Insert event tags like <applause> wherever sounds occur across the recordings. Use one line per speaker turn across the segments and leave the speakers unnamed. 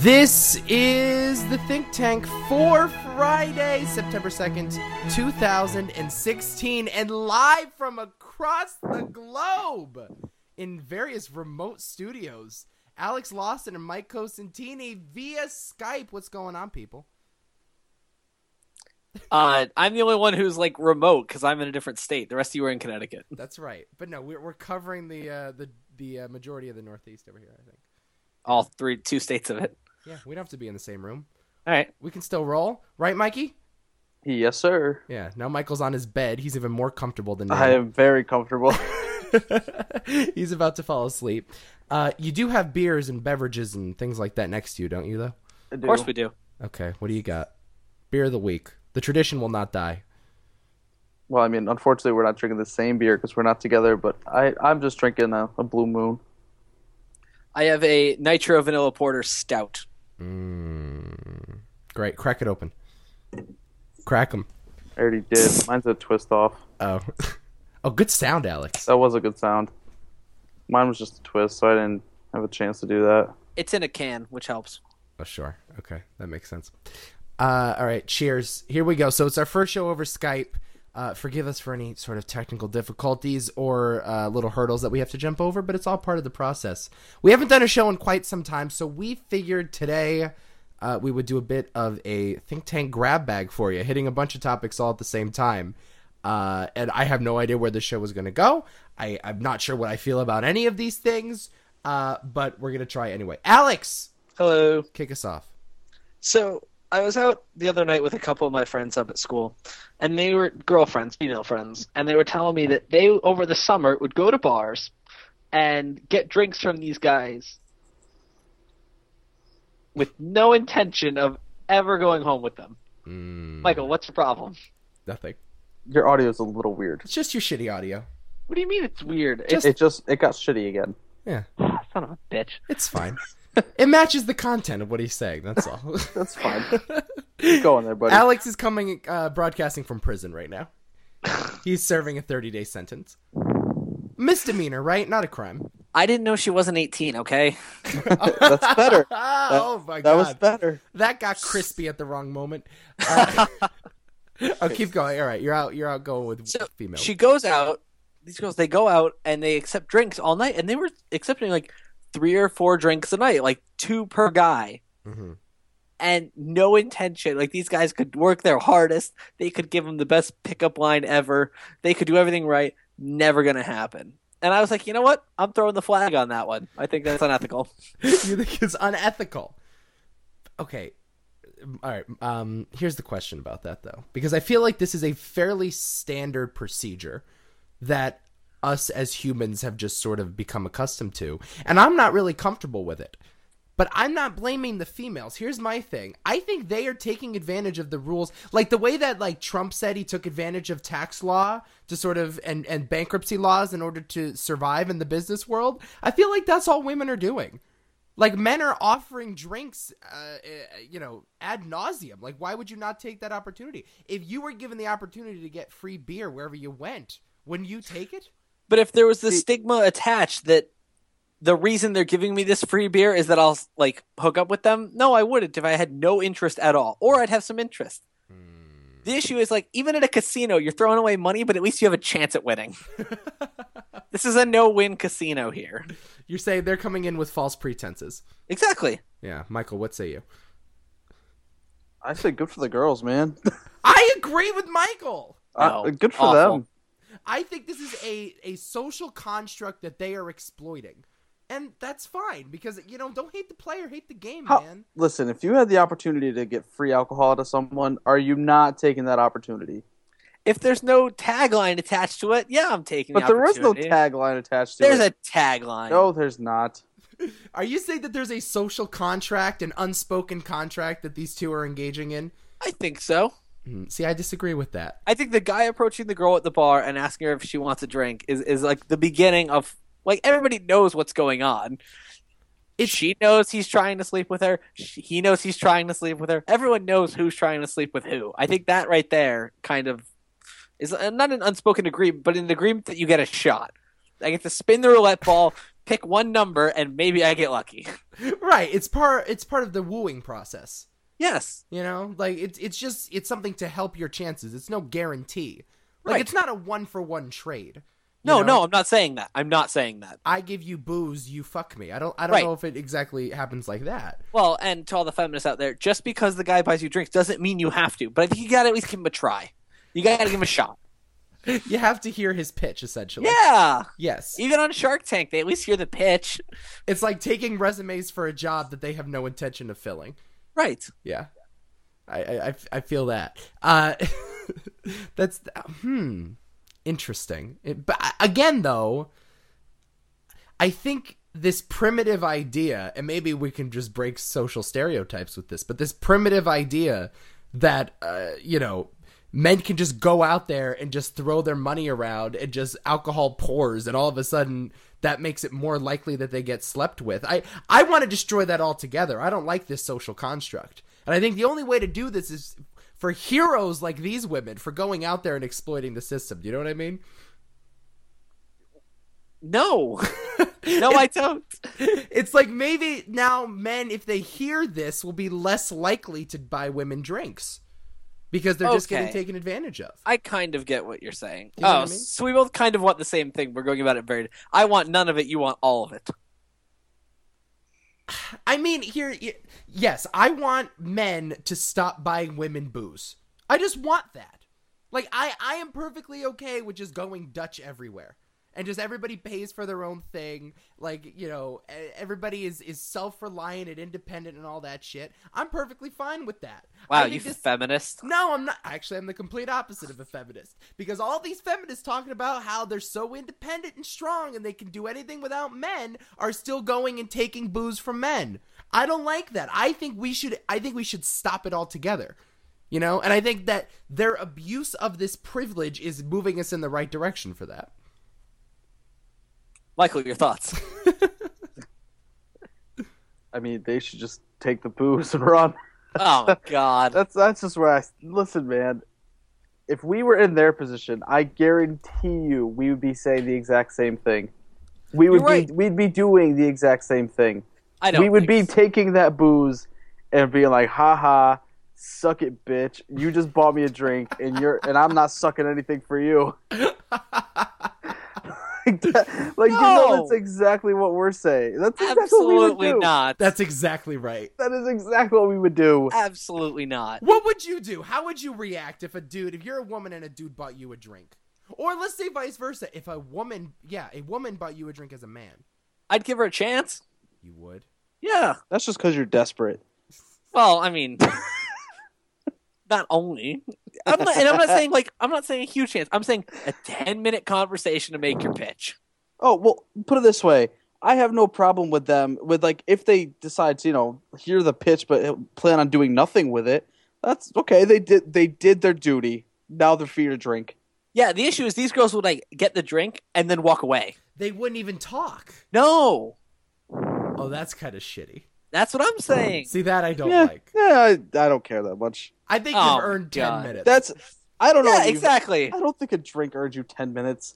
This is the Think Tank for Friday, September 2nd, 2016, and live from across the globe in various remote studios. Alex Lawson and Mike Cosentini via Skype. What's going on, people?
Uh, I'm the only one who's like remote because I'm in a different state. The rest of you are in Connecticut.
That's right. But no, we're, we're covering the uh, the the uh, majority of the Northeast over here. I think.
All three, two states of it.
Yeah, we don't have to be in the same room.
All right.
We can still roll, right, Mikey?
Yes, sir.
Yeah. Now Michael's on his bed. He's even more comfortable than
I
normal.
am very comfortable. <laughs>
<laughs> He's about to fall asleep. Uh, you do have beers and beverages and things like that next to you, don't you? Though.
Of course we do.
Okay. What do you got? Beer of the week. The tradition will not die.
Well, I mean, unfortunately, we're not drinking the same beer because we're not together. But I, I'm just drinking a, a Blue Moon.
I have a nitro vanilla porter stout.
Mm. Great. Crack it open. Crack them.
I already did. Mine's a twist off.
Oh. <laughs> oh, good sound, Alex.
That was a good sound. Mine was just a twist, so I didn't have a chance to do that.
It's in a can, which helps.
Oh, sure. Okay, that makes sense. Uh, all right, cheers. Here we go. So it's our first show over Skype. Uh, forgive us for any sort of technical difficulties or uh, little hurdles that we have to jump over, but it's all part of the process. We haven't done a show in quite some time, so we figured today uh, we would do a bit of a think tank grab bag for you, hitting a bunch of topics all at the same time. Uh, and I have no idea where this show is going to go. I, I'm not sure what I feel about any of these things, uh, but we're going to try anyway. Alex,
Hello.
kick us off.
So I was out the other night with a couple of my friends up at school, and they were girlfriends, female friends, and they were telling me that they over the summer would go to bars and get drinks from these guys with no intention of ever going home with them. Michael, what's the problem?
Nothing.
Your audio is a little weird.
It's just your shitty audio.
What do you mean it's weird? It's
It just it got shitty again.
Yeah,
son of a bitch.
it's fine.
<laughs>
it matches the content of what he's saying. That's all.
That's fine. Go on there, buddy.
<laughs> Alex is coming uh, broadcasting from prison right now. He's serving a 30 day sentence. Misdemeanor, right? Not a crime.
I didn't know she wasn't 18, okay?
<laughs> That's better.
Ah,
That-
<laughs> oh my
That was
god.
better.
that got crispy at the wrong
<laughs>
moment. Uh, <laughs> oh, keep going. All right, you're out. You're out going with
So
female.
she goes out. These girls, they go out and they accept drinks all night, and they were accepting like three or four drinks a night, like two per guy,
Mhm.
and no intention. Like these guys could work their hardest. They could give them the best pickup line ever. They could do everything right. Never gonna happen. And I was like, you know what? I'm throwing the flag on that one. I think that's unethical.
<laughs> you think it's unethical. Okay. All right. Um, here's the question about that, though, because I feel like this is a fairly standard procedure that us as humans have just sort of become accustomed to. And I'm not really comfortable with it. But I'm not blaming the females. Here's my thing. I think they are taking advantage of the rules. Like the way that like Trump said he took advantage of tax law to sort of and and bankruptcy laws in order to survive in the business world. I feel like that's all women are doing. Like men are offering drinks, uh, uh, you know, ad nauseum. Like, why would you not take that opportunity? If you were given the opportunity to get free beer wherever you went, wouldn't you take it?
But if there was the stigma attached that the reason they're giving me this free beer is that I'll like hook up with them, no, I wouldn't if I had no interest at all, or I'd have some interest.
Hmm.
The issue is like even at a casino, you're throwing away money, but at least you have a chance at
<laughs>
winning. this is a no-win casino here.
You're saying they're coming in with false pretenses.
Exactly.
Yeah, Michael, what say you?
I say good for the girls, man.
I agree with Michael.
Uh,
No,
good for
awful.
them.
I think this is a, a social construct that they are exploiting. And that's fine because, you know, don't hate the player, hate the game,
How-
man.
Listen, if you had the opportunity to get free alcohol to someone, are you not taking that opportunity?
If there's no tagline attached to it, yeah, I'm taking.
But
the
there is no
opportunity.
tagline attached to
There's
it.
a tagline.
No, there's not.
Are you saying that there's a social contract, an unspoken contract that these two are engaging in?
I think so.
Mm, See, I disagree with that.
I think the guy approaching the girl at the bar and asking her if she wants a drink is, is like the beginning of like everybody knows what's going on.
It's-
she knows he's trying to sleep with her. She, he knows he's trying to sleep with her. Everyone knows who's trying to sleep with who. I think that right there kind of is uh, not an unspoken agreement, but an agreement that you get a shot. I get to spin the roulette ball, pick one number and maybe I get lucky.
<laughs>
<laughs>
right. It's part. It's part of the wooing process.
Yes.
You know, like it's it's just it's something to help your chances. It's no guarantee. Like
Right.
it's not a one for one trade. you
No,
know?
no, I'm not saying that. I'm not saying that.
I give you booze, you fuck me. I don't I don't
Right.
know if it exactly happens like that. <laughs>
Well, and to all the feminists out there, just because the guy buys you drinks doesn't mean you have to. But I think you gotta at least give him a try. You gotta give him a shot.
You have to hear his pitch essentially.
Yeah.
Yes.
Even on Shark Tank, they at least hear the pitch.
It's like taking resumes for a job that they have no intention of filling.
Right.
Yeah. I I, I- I feel that. Uh <laughs> that's hmm interesting. It- but I- again though, I think this primitive idea and maybe we can just break social stereotypes with this, but this primitive idea that uh you know Men can just go out there and just throw their money around and just alcohol pours and all of a sudden that makes it more likely that they get slept with. I I want to destroy that altogether. I don't like this social construct. And I think the only way to do this is for heroes like these women for going out there and exploiting the system. Do you know what I mean?
No. no, I don't.
It's like maybe now men, if they hear this, will be less likely to buy women drinks because they're just getting
Okay.
taken advantage of.
<laughs> I kind of get what you're saying.
You know
oh,
what I mean?
so we both kind of want the same thing. We're going about it very. I want none of it. You want all of it.
I mean, here, y- yes, I want men to stop buying women booze. I just want that. Like, I, I am perfectly okay with just going Dutch everywhere. And just everybody pays for their own thing. Like, you know, e- everybody is, is self reliant and independent and all that shit. I'm perfectly fine with that. I
Wow,
think
you
this-
feminist.
no, I'm not. Actually, I'm the complete opposite of a feminist because all these feminists talking about how they're so independent and strong and they can do anything without men are still going and taking booze from men. I don't like that. I think we should. I think we should stop it altogether. You know, and I think that their abuse of this privilege is moving us in the right direction for that.
Michael, your thoughts?
I mean, they should just take the booze and run. <laughs>
oh my god.
That's that's just where I listen, man. If we were in their position, I guarantee you we would be saying the exact same thing. We would
You're right.
be we'd be doing the exact same thing.
I don't.
We would be
think so.
taking that booze and being like, "Ha ha, suck it, bitch! You just bought me a drink, and you're and I'm not sucking anything for you." <laughs> like, that, like you
No.
know, that's exactly what we're saying. That's exactly what we
Absolutely
would do.
not.
That's exactly right.
That is exactly what we would do.
absolutely not.
What would you do? How would you react if a dude, if you're a woman and a dude bought you a drink? Or let's say vice versa. If a woman, yeah, a woman bought you a drink as a man,
I'd give her a chance.
you would.
Yeah.
That's just because you're desperate.
Well, I mean, <laughs> not only. I'm not, and I'm
<laughs>
not saying like I'm not saying a huge chance. I'm saying a ten minute conversation to make your pitch.
Oh well, put it this way: I have no problem with them with like if they decide to you know hear the pitch but plan on doing nothing with it. That's okay. They did they did their duty. Now they're free to drink.
Yeah. The issue is these girls would like get the drink and then walk away.
They wouldn't even talk.
No.
Oh, that's kind of shitty.
That's what I'm saying.
See that I don't
yeah,
like.
yeah, Eh, I, I don't care that much.
I think
Oh
you've
my
earned ten
God.
minutes.
That's I don't know.
Yeah,
if you-
exactly.
I don't think a drink earns you ten minutes.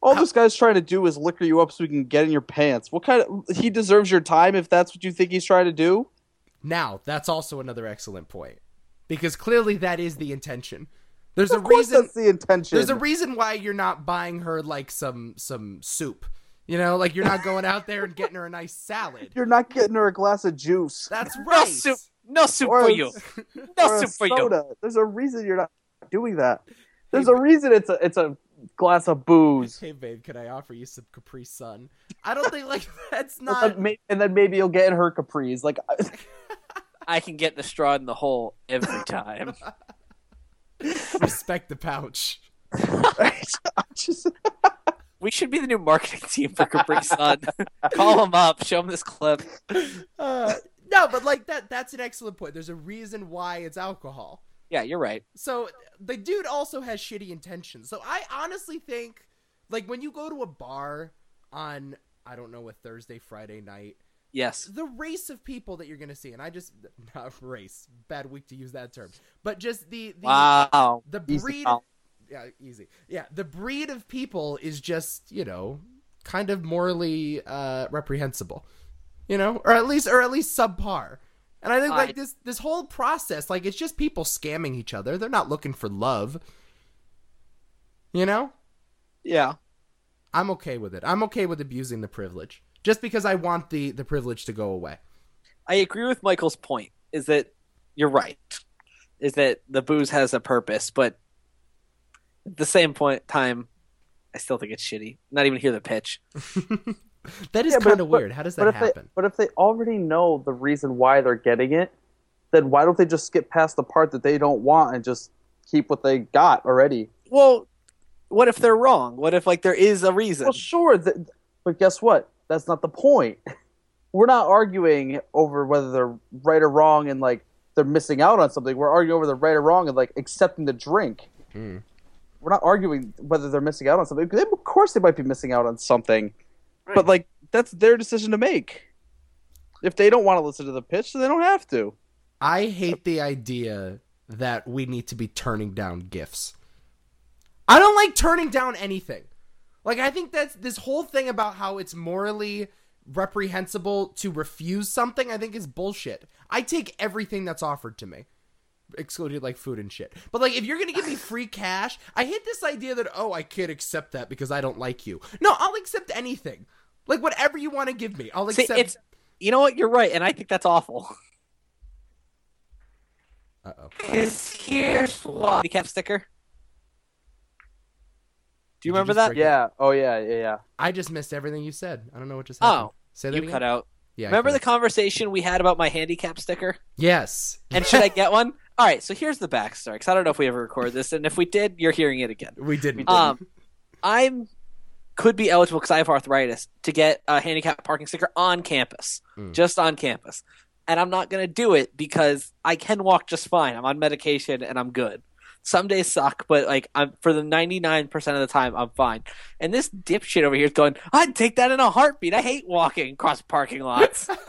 All
How-
this guy's trying to do is liquor you up so he can get in your pants. What kind of he deserves your time if that's what you think he's trying to do?
now that's also another excellent point because clearly that is the intention. There's
of
a
course,
reason.
that's the intention.
There's a reason why you're not buying her like some some soup. You know, like you're not going out there and getting her a nice salad.
<laughs> You're not getting her a glass of juice.
That's right.
No soup. No soup
Or
for
a-
you. No
or a
soup for you.
soda. There's a reason you're not doing that. There's a reason it's a it's a glass of booze.
Hey babe, can I offer you some Capri Sun? I don't think like <laughs> that's
And
not.
then, may- and then maybe you'll get in her capris. Like <laughs>
I can get the straw in the hole every time.
respect the pouch.
I just
we should be the new marketing <laughs> team for Capri
<laughs>
Sun. Call them up. Show them this clip.
Uh, no, but like that—that's an excellent point. There's a reason why it's alcohol.
Yeah, you're right.
So the dude also has shitty intentions. So I honestly think, like, when you go to a bar on, I don't know, a Thursday, Friday night,
Yes.
the race of people that you're going to see, and I just, <laughs> not race, bad week to use that term, but just the, the,
Wow.
the
Easy
breed,
call.
yeah, easy. Yeah, the breed of people is just, you know, kind of morally uh, reprehensible, you know, or at least or at least subpar. And I think
I-
like this this whole process, like it's just people scamming each other. They're not looking for love, you know.
Yeah.
I'm okay with it. I'm okay with abusing the privilege just because I want the the privilege to go away. <laughs>
I agree with Michael's point. Is that you're right? Is that the booze has a purpose, but at the same point time, I still think it's shitty. Not even hear the pitch.
That is
Yeah, but-
kind of
but-
weird. How does that
but if
happen?
They, but if they already know the reason why they're getting it, then why don't they just skip past the part that they don't want and just keep what they got already?
Well, what if they're wrong? What if like there is a reason?
Well, sure, th- but guess what? That's not the point. <laughs> We're not arguing over whether they're right or wrong and like they're missing out on something. We're arguing over the right or wrong and like accepting the drink.
Hmm.
We're not arguing whether they're missing out on something. They- Of course, they might be missing out on something,
Right.
but like that's their decision to make. If they don't want to listen to the pitch, then they don't have to.
I hate the idea that we need to be turning down gifts. I don't like turning down anything. Like I think that's this whole thing about how it's morally reprehensible to refuse something I think is bullshit. I take everything that's offered to me. Excluded like food and shit. But like if you're gonna give me free cash, I hate this idea that oh I can't accept that because I don't like you. No, I'll accept anything. Like whatever you want to give me. I'll
See,
accept
it's you know what? You're right, and I think that's awful.
Uh oh.
here's what handicap sticker. Do
Did you
you remember
just
that?
break-
Yeah. Oh yeah. Yeah. Yeah.
I just missed everything you said. I don't know what just happened.
Oh,
Say that
you
again?
cut out.
Yeah. I
Remember
cut
the conversation we had about my handicap sticker?
it. Yes.
And should I get one? All right, so here's the backstory because I don't know if we ever recorded this, and if we did, you're hearing it again.
<laughs> We didn't.
<laughs> Um, I'm could be eligible because I have arthritis to get a handicap parking sticker on campus,
Mm.
just on campus, and I'm not going to do it because I can walk just fine. I'm on medication and I'm good. Some days suck, but like I'm for the 99 percent of the time I'm fine. And this dipshit over here is going, I'd take that in a heartbeat. I hate walking across parking lots.
<laughs>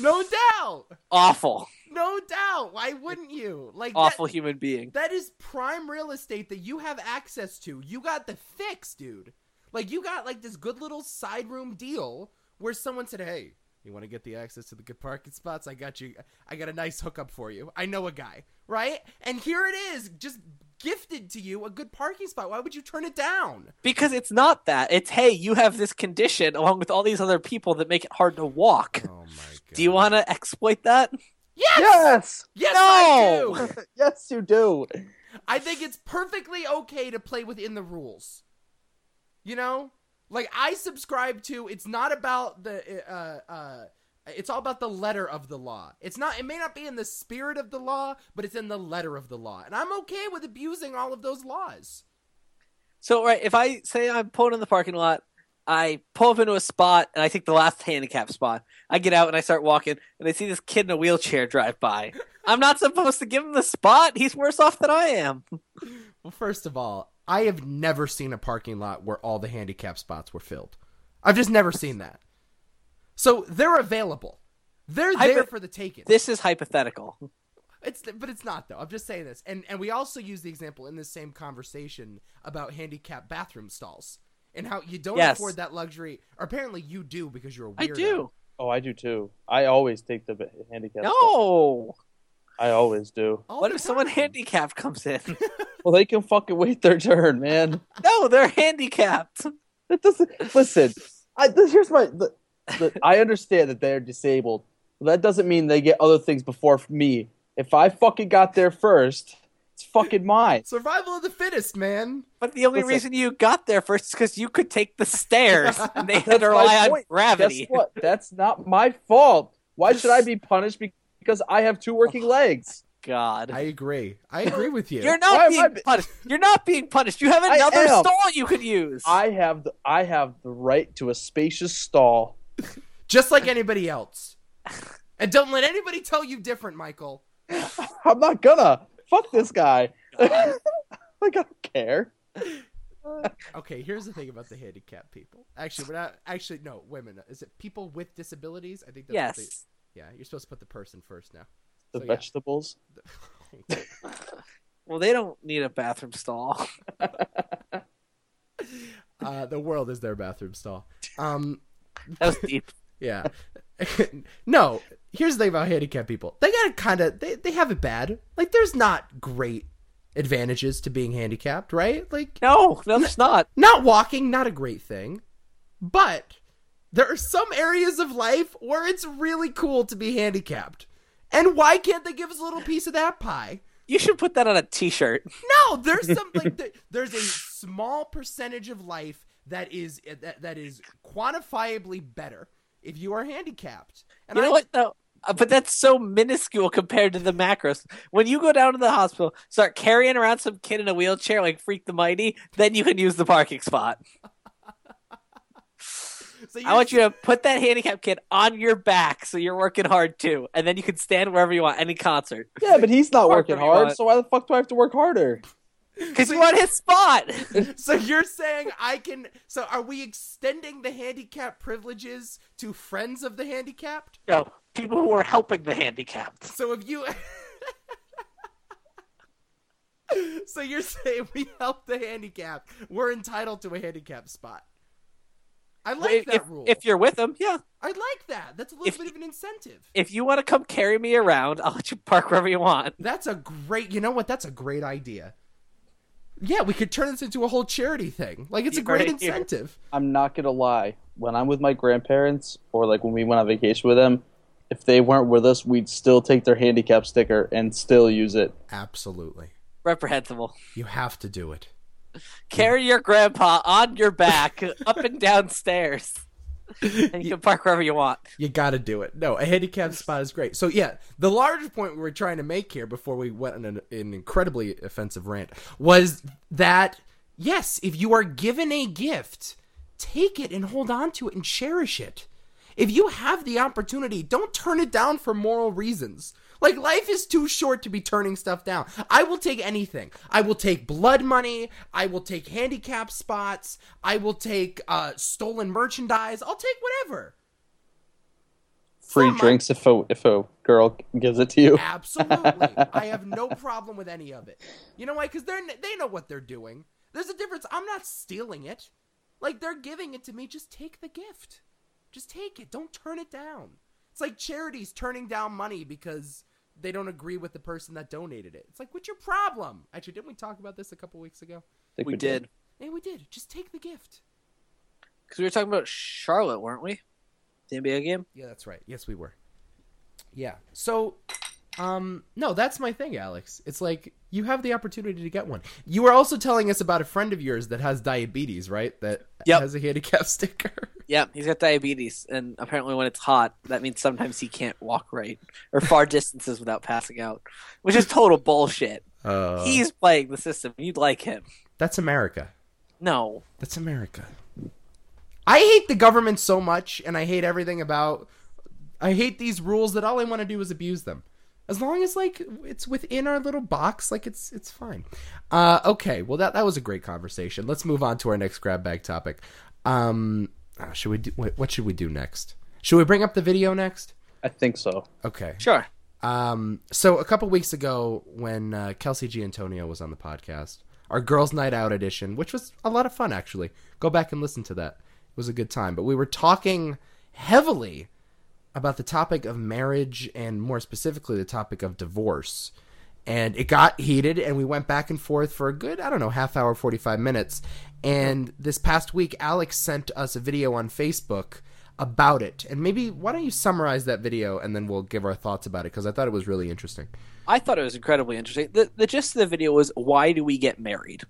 no doubt.
Awful,
No doubt. Why wouldn't you? Like that-
awful human being.
that is prime real estate that you have access to. You got the fix, dude. Like you got like this good little side room deal where someone said, "Hey, you want to get the access to the good parking spots? I got you. I got a nice hookup for you. I know a guy, right? And here it is, just gifted to you a good parking spot. Why would you turn it down?
Because it's not that. It's hey, you have this condition along with all these other people that make it hard to walk.
Oh my god.
Do you want to exploit that?
Yes.
Yes.
Yes,
No!
I do.
yes, you do.
I think it's perfectly okay to play within the rules. You know, like I subscribe to. It's not about the. Uh, uh, it's all about the letter of the law. It's not. It may not be in the spirit of the law, but it's in the letter of the law, and I'm okay with abusing all of those laws.
So right, if I say I'm pulling in the parking lot, I pull up into a spot and I take the last handicap spot. I get out and I start walking, and I see this kid in a wheelchair drive by. I'm not supposed to give him the spot. He's worse off than I am.
Well, first of all, I have never seen a parking lot where all the handicap spots were filled. I've just never seen that. So they're available. They're
I
there
bet-
for the taking.
This is hypothetical.
It's but it's not though. I'm just saying this, and and we also use the example in this same conversation about handicapped bathroom stalls and how you don't
Yes.
afford that luxury. Or apparently you do because you're a weirdo.
I do.
Oh, I do too. I always take the ba- handicap. spot.
No.
I always do.
All
What
the
if someone
time.
handicapped
<laughs>
comes in?
Well, they can fucking wait their turn, man.
no, they're handicapped.
It doesn't. Listen, I, this, here's my. The, the, I understand that they're disabled. But that doesn't mean they get other things before me. If I fucking got there first, it's fucking mine.
survival of the fittest,
<laughs>
man?
But the only
Listen.
reason you got there first is because you could
<laughs>
take the stairs and they had
That's
to
my
rely on
point. Guess
gravity.
what? That's not my fault. Why
<laughs>
should I be punished because I have two working legs?
God.
I agree. I agree with you.
You're
Why
not
am I
being
be-
punished. You're not being punished. You have another
am.
stall you could use. <laughs>
I have the I have the right to a spacious stall.
just like anybody else. And don't let anybody tell you different, Michael.
I'm not gonna fuck this guy. <laughs> like I don't care.
Okay, here's the thing about the handicapped people. Actually, we're not. Actually, no, women. Is it people with disabilities? I think that's what
yes.
they- yeah, you're supposed to put the person first now.
The
So, yeah.
vegetables.
<laughs>
<laughs> Well, they don't need a bathroom stall.
Uh, the world is their bathroom stall. Um,
<laughs> That was deep.
yeah. <laughs> no, here's the thing about handicapped people. They got to kind of they they have it bad. Like there's not great advantages to being handicapped, right? Like
No, no, there's not.
not walking, not a great thing, but there are some areas of life where it's really cool to be handicapped. And why can't they give us a little piece of that pie?
You should put that on a T-shirt. <laughs>
No, there's some like there, there's a small percentage of life that is that, that is quantifiably better if you are handicapped. And
You know
I,
what though? Uh, But that's so minuscule compared to the macros. When you go down to the hospital, start carrying around some kid in a wheelchair like Freak the Mighty, then you can use the parking spot.
so
I want you to put that handicapped kid on your back so you're working hard too, and then you can stand wherever you want, any concert.
Yeah, but he's not
Parker,
working
you
hard,
want-
so why the fuck do I have to work harder?
Because you want his spot.
So you're saying I can? So are we extending the handicap privileges to friends of the handicapped?
<laughs> no, people who are helping the handicapped.
So if you <laughs> So you're saying we help the handicapped, we're entitled to a handicap spot. I like
if,
that
if-
rule.
if you're with them, yeah.
I like that. That's a little
if-
bit of an incentive.
If you want to come carry me around, I'll let you park wherever you want.
That's a great you know what? That's a great idea. Yeah, we could turn this into a whole charity thing. Like it's a
You're
great
right here.
incentive.
I'm not gonna lie. When I'm with my grandparents, or like when we went on vacation with them, if they weren't with us, we'd still take their handicap sticker and still use it.
Absolutely.
Reprehensible.
You have to do it.
Carry your grandpa on your back <laughs> up and down stairs. And you can park wherever you want.
You got to do it. No, a handicapped spot is great. So yeah, the larger point we were trying to make here before we went on an, an incredibly offensive rant was that yes, if you are given a gift, take it and hold on to it and cherish it. If you have the opportunity, don't turn it down for moral reasons. Like life is too short to be turning stuff down. I will take anything. I will take blood money. I will take handicap spots. I will take uh, stolen merchandise. I'll take whatever.
Free
Someone-
drinks if a if a girl gives it to
<laughs>
you.
Absolutely. I have no problem with any of it. You know why? Because they're they know what they're doing. There's a difference. I'm not stealing it. Like they're giving it to me. Just take the gift. Just take it. Don't turn it down. It's like charities turning down money because they don't agree with the person that donated it. It's like, what's your problem? Actually, didn't we talk about this a couple weeks ago?
I think
We did.
Yeah, we did. Just take the gift.
Because we were talking about Charlotte, weren't we? The NBA game?
Yeah, that's right. Yes, we were. Yeah. So, um, no, that's my thing, Alex. It's like you have the opportunity to get one. You were also telling us about a friend of yours that has diabetes, right? That
Yep.
has a handicap <laughs> sticker.
Yeah, he's got diabetes. And apparently, when it's hot, that means sometimes he can't walk right or far <laughs> distances without passing out, which is total bullshit.
Uh,
He's playing the system. You'd like him.
that's America.
No.
That's America. I hate the government so much, and I hate everything about. I hate these rules that all I want to do is abuse them. As long as like it's within our little box, like it's it's fine. Uh, okay, well that that was a great conversation. Let's move on to our next grab bag topic. Um, uh, should we do wait, what should we do next? Should we bring up the video next?
I think so.
Okay.
Sure.
Um, so a couple weeks ago, when uh, Kelsey G. Antonio was on the podcast, our Girls' Night Out edition, which was a lot of fun actually. Go back and listen to that; it was a good time. But we were talking heavily about the topic of marriage, and more specifically, the topic of divorce. And it got heated, and we went back and forth for a good, I don't know, half hour, 45 minutes. And this past week, Alex sent us a video on Facebook about it. And maybe why don't you summarize that video and then we'll give our thoughts about it because I thought it was really interesting.
I thought it was incredibly interesting. The, the gist of the video was why do we get married,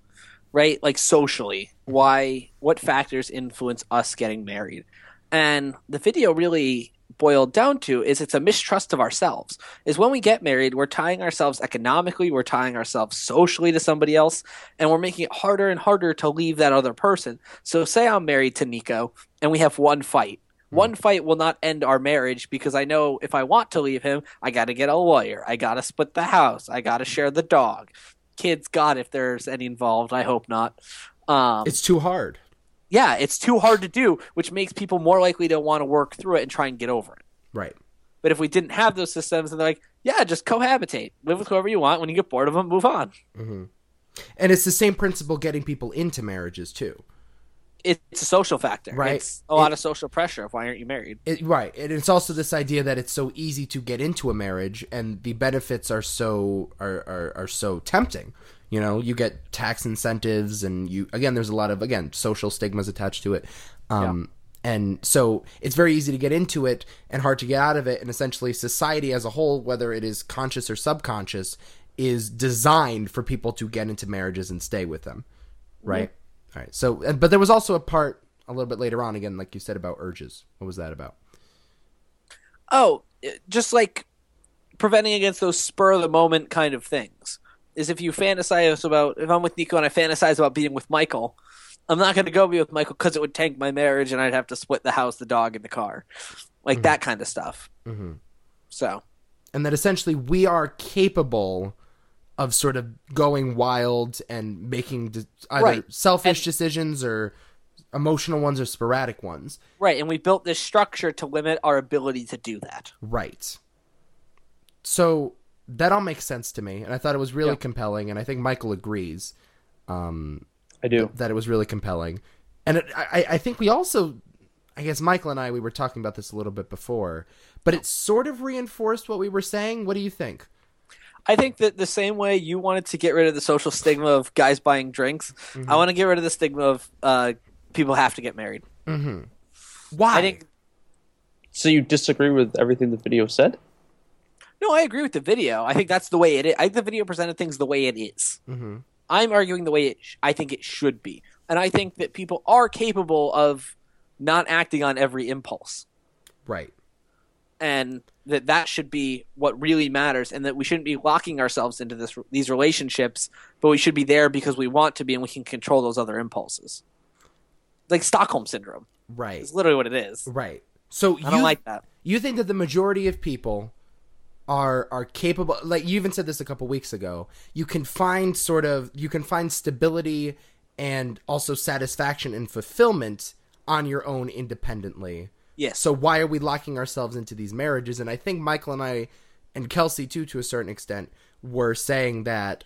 right? Like socially, why? What factors influence us getting married? And the video really boiled down to is it's a mistrust of ourselves. Is when we get married, we're tying ourselves economically, we're tying ourselves socially to somebody else, and we're making it harder and harder to leave that other person. So, say I'm married to Nico, and we have one fight. One fight will not end our marriage because I know if I want to leave him, I got to get a lawyer. I got to split the house. I got to share the dog. Kids, God, if there's any involved, I hope not. Um,
It's too hard.
yeah, it's too hard to do, which makes people more likely to want to work through it and try and get over it.
Right.
But if we didn't have those systems, and they're like, yeah, just cohabitate, live with whoever you want. When you get bored of them, move on.
And it's the same principle getting people into marriages too.
it's a social factor.
Right.
It's a lot of social pressure of why aren't you married?
It, right. And it's also this idea that it's so easy to get into a marriage and the benefits are so are, are, are so tempting. You know, you get tax incentives and you again there's a lot of again social stigmas attached to it. Um and so it's very easy to get into it and hard to get out of it and essentially society as a whole whether it is conscious or subconscious is designed for people to get into marriages and stay with them. Right? All right. So and- but there was also a part a little bit later on again like you said about urges. What was that about?
Oh, it- just like preventing against those spur of the moment kind of things. Is if you fantasize about if I'm with Nico and I fantasize about being with Michael, I'm not going to go be with Michael because it would tank my marriage and I'd have to split the house, the dog, and the car, like that kind of stuff.
Mhm.
So
and that essentially we are capable of sort of going wild and making de- either
Right.
selfish decisions or emotional ones or sporadic ones.
right, and we built this structure to limit our ability to do that.
Right. So that all makes sense to me, and I thought it was really
Yeah.
compelling, and I think Michael agrees
I do.
that it was really compelling. And it, I, I think we also, I guess Michael and I, we were talking about this a little bit before, but it sort of reinforced what we were saying. What do you think?
I think that the same way you wanted to get rid of the social stigma of guys buying drinks, I want to get rid of the stigma of uh, people have to get married.
Mm-hmm. Why?
I think
So you disagree with everything the video said?
no, I agree with the video. I think that's the way it is. I think the video presented things the way it is.
Mhm.
I'm arguing the way it sh- I think it should be, and I think that people are capable of not acting on every impulse,
Right.
and that that should be what really matters, and that we shouldn't be locking ourselves into this these relationships, but we should be there because we want to be, and we can control those other impulses, like Stockholm syndrome.
Right.
It's literally what it is.
Right. So
I don't
you,
like that.
you think that the majority of people are are capable like you even said this a couple weeks ago you can find sort of you can find stability and also satisfaction and fulfillment on your own independently
Yes.
so why are we locking ourselves into these marriages and i think michael and i and kelsey too to a certain extent were saying that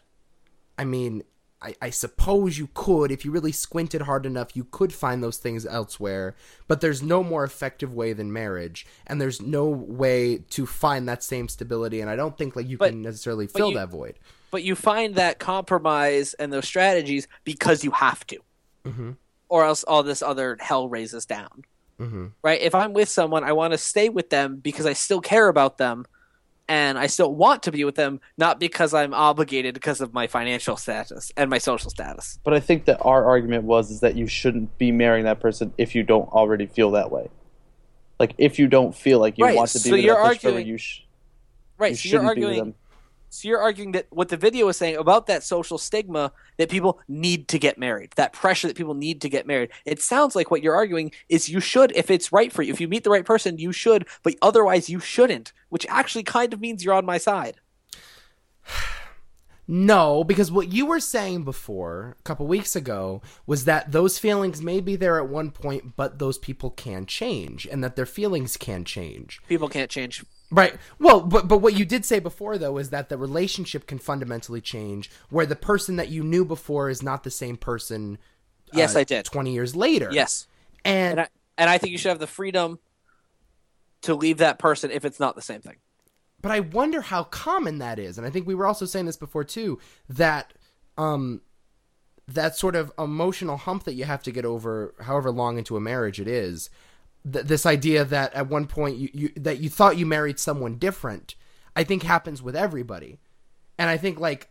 i mean I, I suppose you could if you really squinted hard enough you could find those things elsewhere but there's no more effective way than marriage and there's no way to find that same stability and i don't think like you
But-
can necessarily fill
you-
that void
but you find that compromise and those strategies because you have to
Mm-hmm,
or else all this other hell raises down
mm-hmm.
right if i'm with someone i want to stay with them because i still care about them and i still want to be with them not because i'm obligated because of my financial status and my social status
But I think that our argument was is that you shouldn't be marrying that person if you don't already feel that way. Like if you don't feel like you
Right,
want to be
so
with
you're
that person forever,
arguing-
you, sh-
right
you
so you're
shouldn't be with
arguing
them.
so you're arguing that what the video is saying about that social stigma that people need to get married, that pressure that people need to get married. It sounds like what you're arguing is you should, if it's right for you, if you meet the right person, you should, but otherwise you shouldn't, which actually kind of means you're on my side.
No, because what you were saying before, a couple weeks ago, was that those feelings may be there at one point, but those people can change and that their feelings can change.
People can't change.
Right. Well, but but what you did say before though is that the relationship can fundamentally change where the person that you knew before is not the same person
Uh,
Yes, I did.
20 years later.
Yes.
And,
And I, and I think you should have the freedom to leave that person if it's not the same thing.
but I wonder how common that is. And I think we were also saying this before too that um that sort of emotional hump that you have to get over however long into a marriage it is th- this idea that at one point you, you that you thought you married someone different I think happens with everybody. And I think like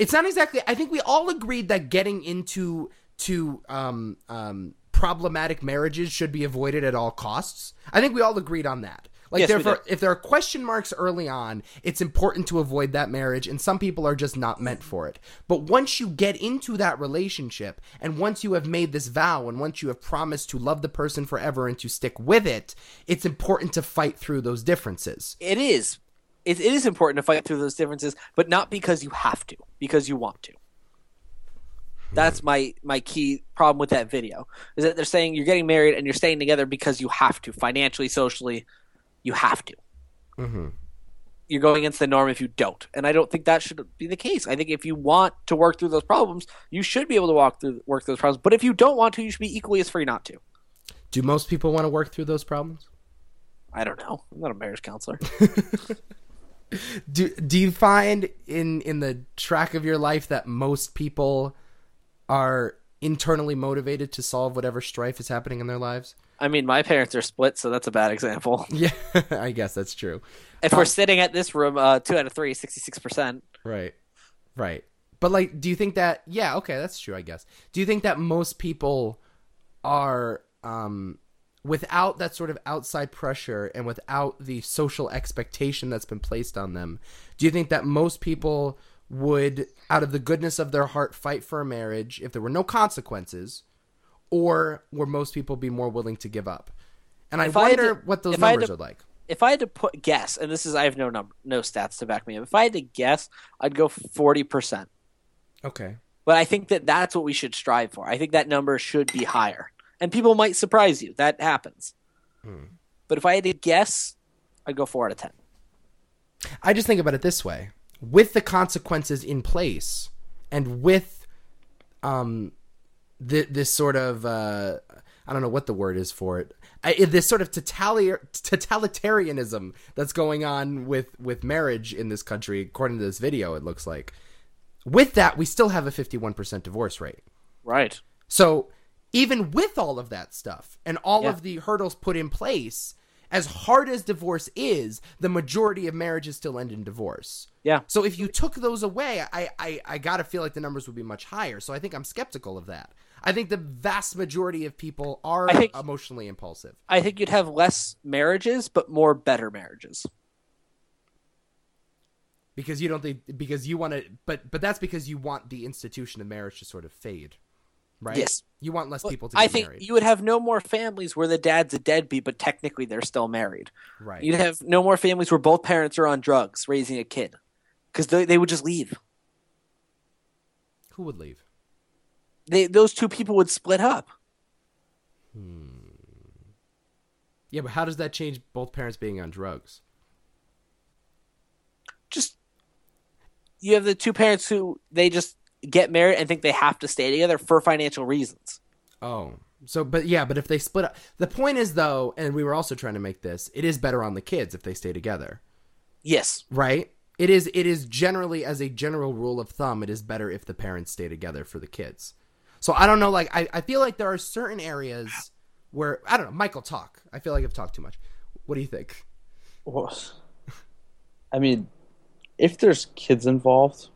it's not exactly i think we all agreed that getting into to um um problematic marriages should be avoided at all costs i think we all agreed on that like
Yes, we
therefore if there are question marks early on it's important to avoid that marriage and some people are just not meant for it but once you get into that relationship and once you have made this vow and once you have promised to love the person forever and to stick with it it's important to fight through those differences
It is. It, it is important to fight through those differences, but not because you have to, because you want to. That's my my key problem with that video is that they're saying you're getting married and you're staying together because you have to, financially, socially, you have to. you're going against the norm if you don't. And I don't think that should be the case. I think if you want to work through those problems, you should be able to walk through work through those problems. But if you don't want to, you should be equally as free not to.
Do most people want to work through those problems?
I don't know. I'm not a marriage counselor.
Do do you find in in the track of your life that most people are internally motivated to solve whatever strife is happening in their lives?
I mean, my parents are split, so that's a bad example. <laughs>
Yeah, <laughs> I guess that's true.
If we're sitting at this room, uh, two out of three, 66%.
Right. Right. But like do you think that yeah, okay, that's true, I guess. Do you think that most people are um without that sort of outside pressure and without the social expectation that's been placed on them, do you think that most people would out of the goodness of their heart fight for a marriage if there were no consequences or would most people be more willing to give up? And I
If I had
wonder
to-
what those
if I had
numbers
to-
are like.
If I had to put guess, and this is, I have no number, no stats to back me up. If I had to guess, I'd go 40%.
Okay.
But I think that that's what we should strive for. I think that number should be higher. And people might surprise you. That happens. But if I had to guess, I'd go four out of 10.
I just think about it this way: with the consequences in place, and with um, th- this sort of uh, I don't know what the word is for it. I, it- this sort of totali- totalitarianism that's going on with with marriage in this country, according to this video, it looks like. With that, we still have a fifty-one percent divorce rate.
Right.
So even with all of that stuff and all
Yeah.
of the hurdles put in place, as hard as divorce is, the majority of marriages still end in divorce.
Yeah.
So if you took those away, I, I, I gotta feel like the numbers would be much higher. So I think I'm skeptical of that. I think the vast majority of people are
I think-
emotionally impulsive.
I think you'd have less marriages, but more better marriages.
Because you don't think because you want to but but that's because you want the institution of marriage to sort of fade. Right?
Yes.
You want less people to get
I think
married.
you would have no more families where the dad's a deadbeat, but technically they're still married.
right.
You'd have no more families where both parents are on drugs raising a kid because they, they would just leave.
Who would leave?
They, those two people would split up.
Yeah, but how does that change both parents being on drugs?
Just you have the two parents who they just get married and think they have to stay together for financial reasons.
Oh, so but yeah, but if they split up, the point is though, and we were also trying to make this, it is better on the kids if they stay together,
Yes,
right? It is. It is generally, as a general rule of thumb, it is better if the parents stay together for the kids. So I don't know. Like I, I feel like there are certain areas where I don't know. Michael, talk. I feel like I've talked too much. What do you think?
Well, I mean, if there's kids involved,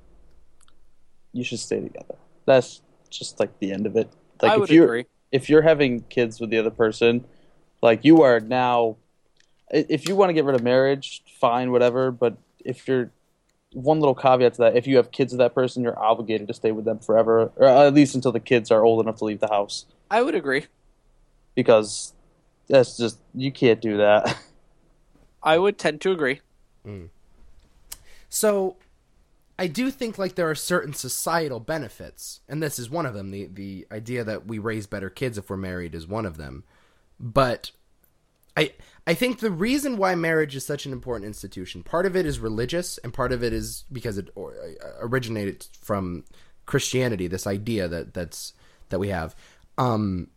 you should stay together. That's just like the end of it. Like
I
if
would
you're
agree.
if you're having kids with the other person, like you are now. i- If you want to get rid of marriage, fine, whatever. But if you're one little caveat to that, if you have kids with that person, you're obligated to stay with them forever, or at least until the kids are old enough to leave the house,
I would agree.
because that's just you can't do that. <laughs>
I would tend to agree.
So I do think like there are certain societal benefits, and this is one of them. The the idea that we raise better kids if we're married is one of them. But I I think the reason why marriage is such an important institution, part of it is religious, and part of it is because it or, uh, originated from Christianity. This idea that that's that we have. Um,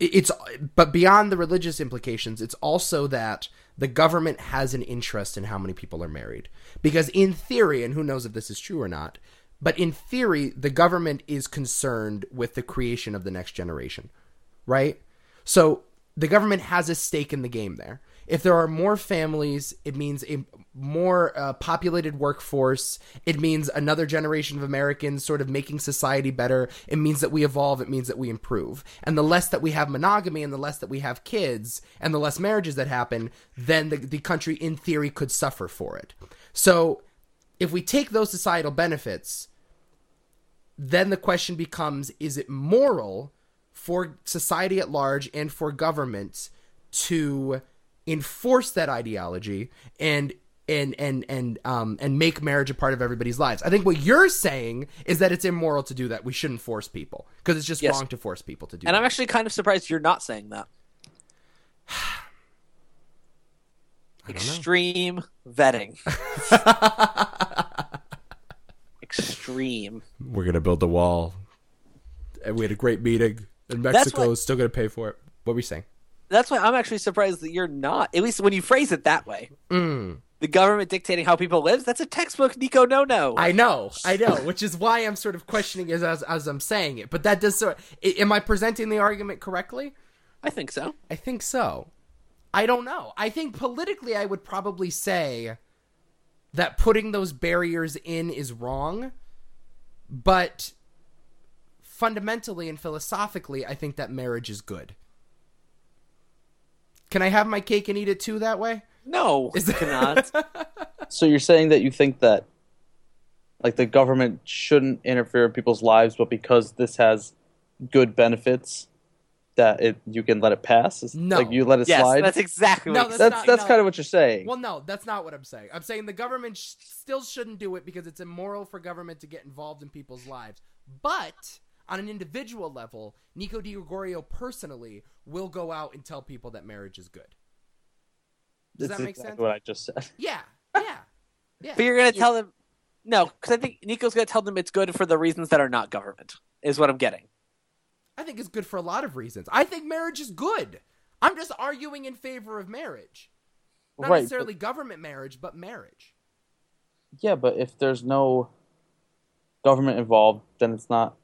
it- it's but beyond the religious implications it's also that the government has an interest in how many people are married because in theory and who knows if this is true or not but in theory the government is concerned with the creation of the next generation right so the government has a stake in the game there if there are more families it means a more uh, populated workforce it means another generation of americans sort of making society better it means that we evolve it means that we improve and the less that we have monogamy and the less that we have kids and the less marriages that happen then the, the country in theory could suffer for it so if we take those societal benefits then the question becomes is it moral for society at large and for government to enforce that ideology and and and and um and make marriage a part of everybody's lives. I think what you're saying is that it's immoral to do that. We shouldn't force people because it's just
Yes.
wrong to force people to do
And
that. <sighs>
I'm actually kind of surprised you're not saying that. Extreme
<laughs>
vetting. Extreme.
We're gonna build the wall. And we had a great meeting, and Mexico
what-
is still gonna pay for it. What were we saying?
That's why I'm actually surprised that you're not. At least when you phrase it that way.
Mm.
The government dictating how people live, that's a textbook Nico no no.
I know, I know, which is why I'm sort of questioning as as, as I'm saying it. But that does sort. i- am I presenting the argument correctly?
I think so.
I think so. I don't know. I think politically, I would probably say that putting those barriers in is wrong, but fundamentally and philosophically, I think that marriage is good. Can I have my cake and eat it too that way?
No,
Is- <laughs>
you cannot.
So you're saying that you think that like the government shouldn't interfere in people's lives, but because this has good benefits, that it you can let it pass. Is-
No.
like you let it
yes,
slide.
that's exactly
No,
what
that's
you
that's,
not-
that's
no.
kind of what you're saying.
Well, no, that's not what I'm saying. I'm saying the government sh- still shouldn't do it because it's immoral for government to get involved in people's lives. But on an individual level, Nico Di Gregorio personally will go out and tell people that marriage is good. Does
That's
that make
exactly
sense?
What I just said.
Yeah, yeah, yeah.
But you're going to tell them no, because I think Nico's going to tell them it's good for the reasons that are not government. Is what I'm getting.
I think it's good for a lot of reasons. I think marriage is good. I'm just arguing in favor of marriage, not
right. but-
necessarily government marriage, but marriage.
yeah, but if there's no government involved, then it's not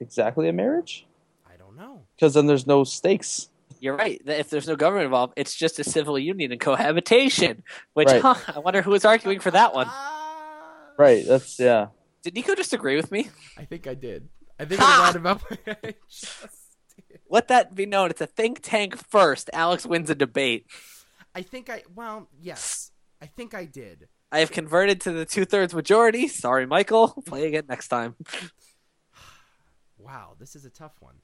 exactly a marriage
I don't know.
because then there's no stakes.
You're right. that If there's no government involved, it's just a civil union and cohabitation. Which
Right.
huh, I wonder who was arguing for that one.
Ah.
Right. That's yeah.
Did Nico just agree with me?
I think I did. I think
Ha!
I lied <laughs> about my I just did.
Let that be known. It's a think tank first. Alex wins a debate.
I think I well, yes. I think I did.
I have converted to the two thirds majority. Sorry, Michael. <laughs> Play again next time.
Wow, this is a tough one.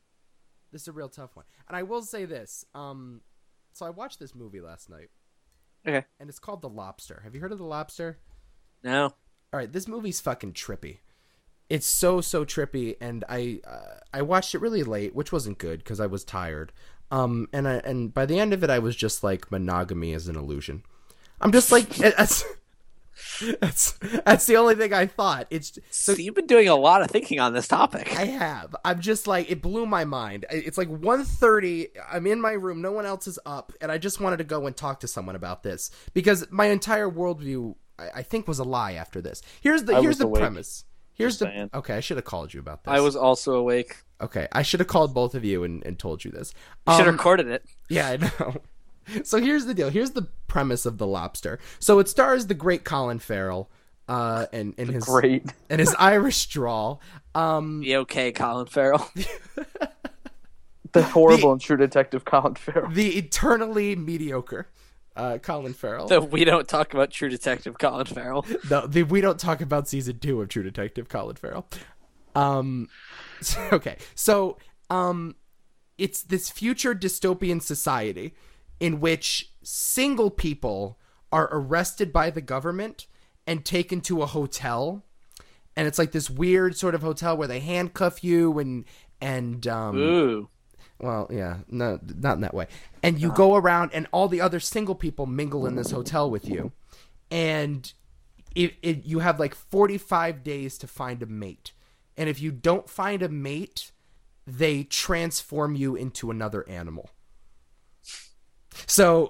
This is a real tough one. And I will say this. Um so I watched this movie last night.
Okay.
And it's called The Lobster. Have you heard of The Lobster?
No.
all right, this movie's fucking trippy. It's so so trippy, and I uh, I watched it really late, which wasn't good because I was tired. Um, and I and by the end of it, I was just like, monogamy is an illusion. I'm just like, <laughs> that's that's that's the only thing I thought. It's
So you've been doing a lot of thinking on this topic.
I have. I'm just like it blew my mind. I- It's like 1:30. I'm in my room. No one else is up, and I just wanted to go and talk to someone about this because my entire worldview, I, I think, was a lie. After this, here's the
I
here's
was
the
awake.
premise. Here's
Just
the
saying.
okay. I should have called you about this.
I was also awake.
okay. I should have called both of you and, and told you this.
You should have
Um,
recorded it.
yeah, I know. <laughs> So here's the deal. Here's the premise of the lobster. So it stars the great Colin Farrell, uh, and and his
Great.
and his Irish drawl. Um,
Be okay, Colin Farrell. <laughs>
<laughs> The horrible and true detective Colin Farrell.
the eternally mediocre uh, Colin Farrell.
So we don't talk about True Detective Colin Farrell.
no, the, we don't talk about season two of True Detective Colin Farrell. Um, <laughs> so- okay, so um, it's this future dystopian society in which single people are arrested by the government and taken to a hotel, and it's like this weird sort of hotel where they handcuff you and and um,
Ooh.
well, yeah, no, not in that way. And you go around, and all the other single people mingle in this hotel with you, and it, it you have like forty five days to find a mate, and if you don't find a mate, they transform you into another animal. So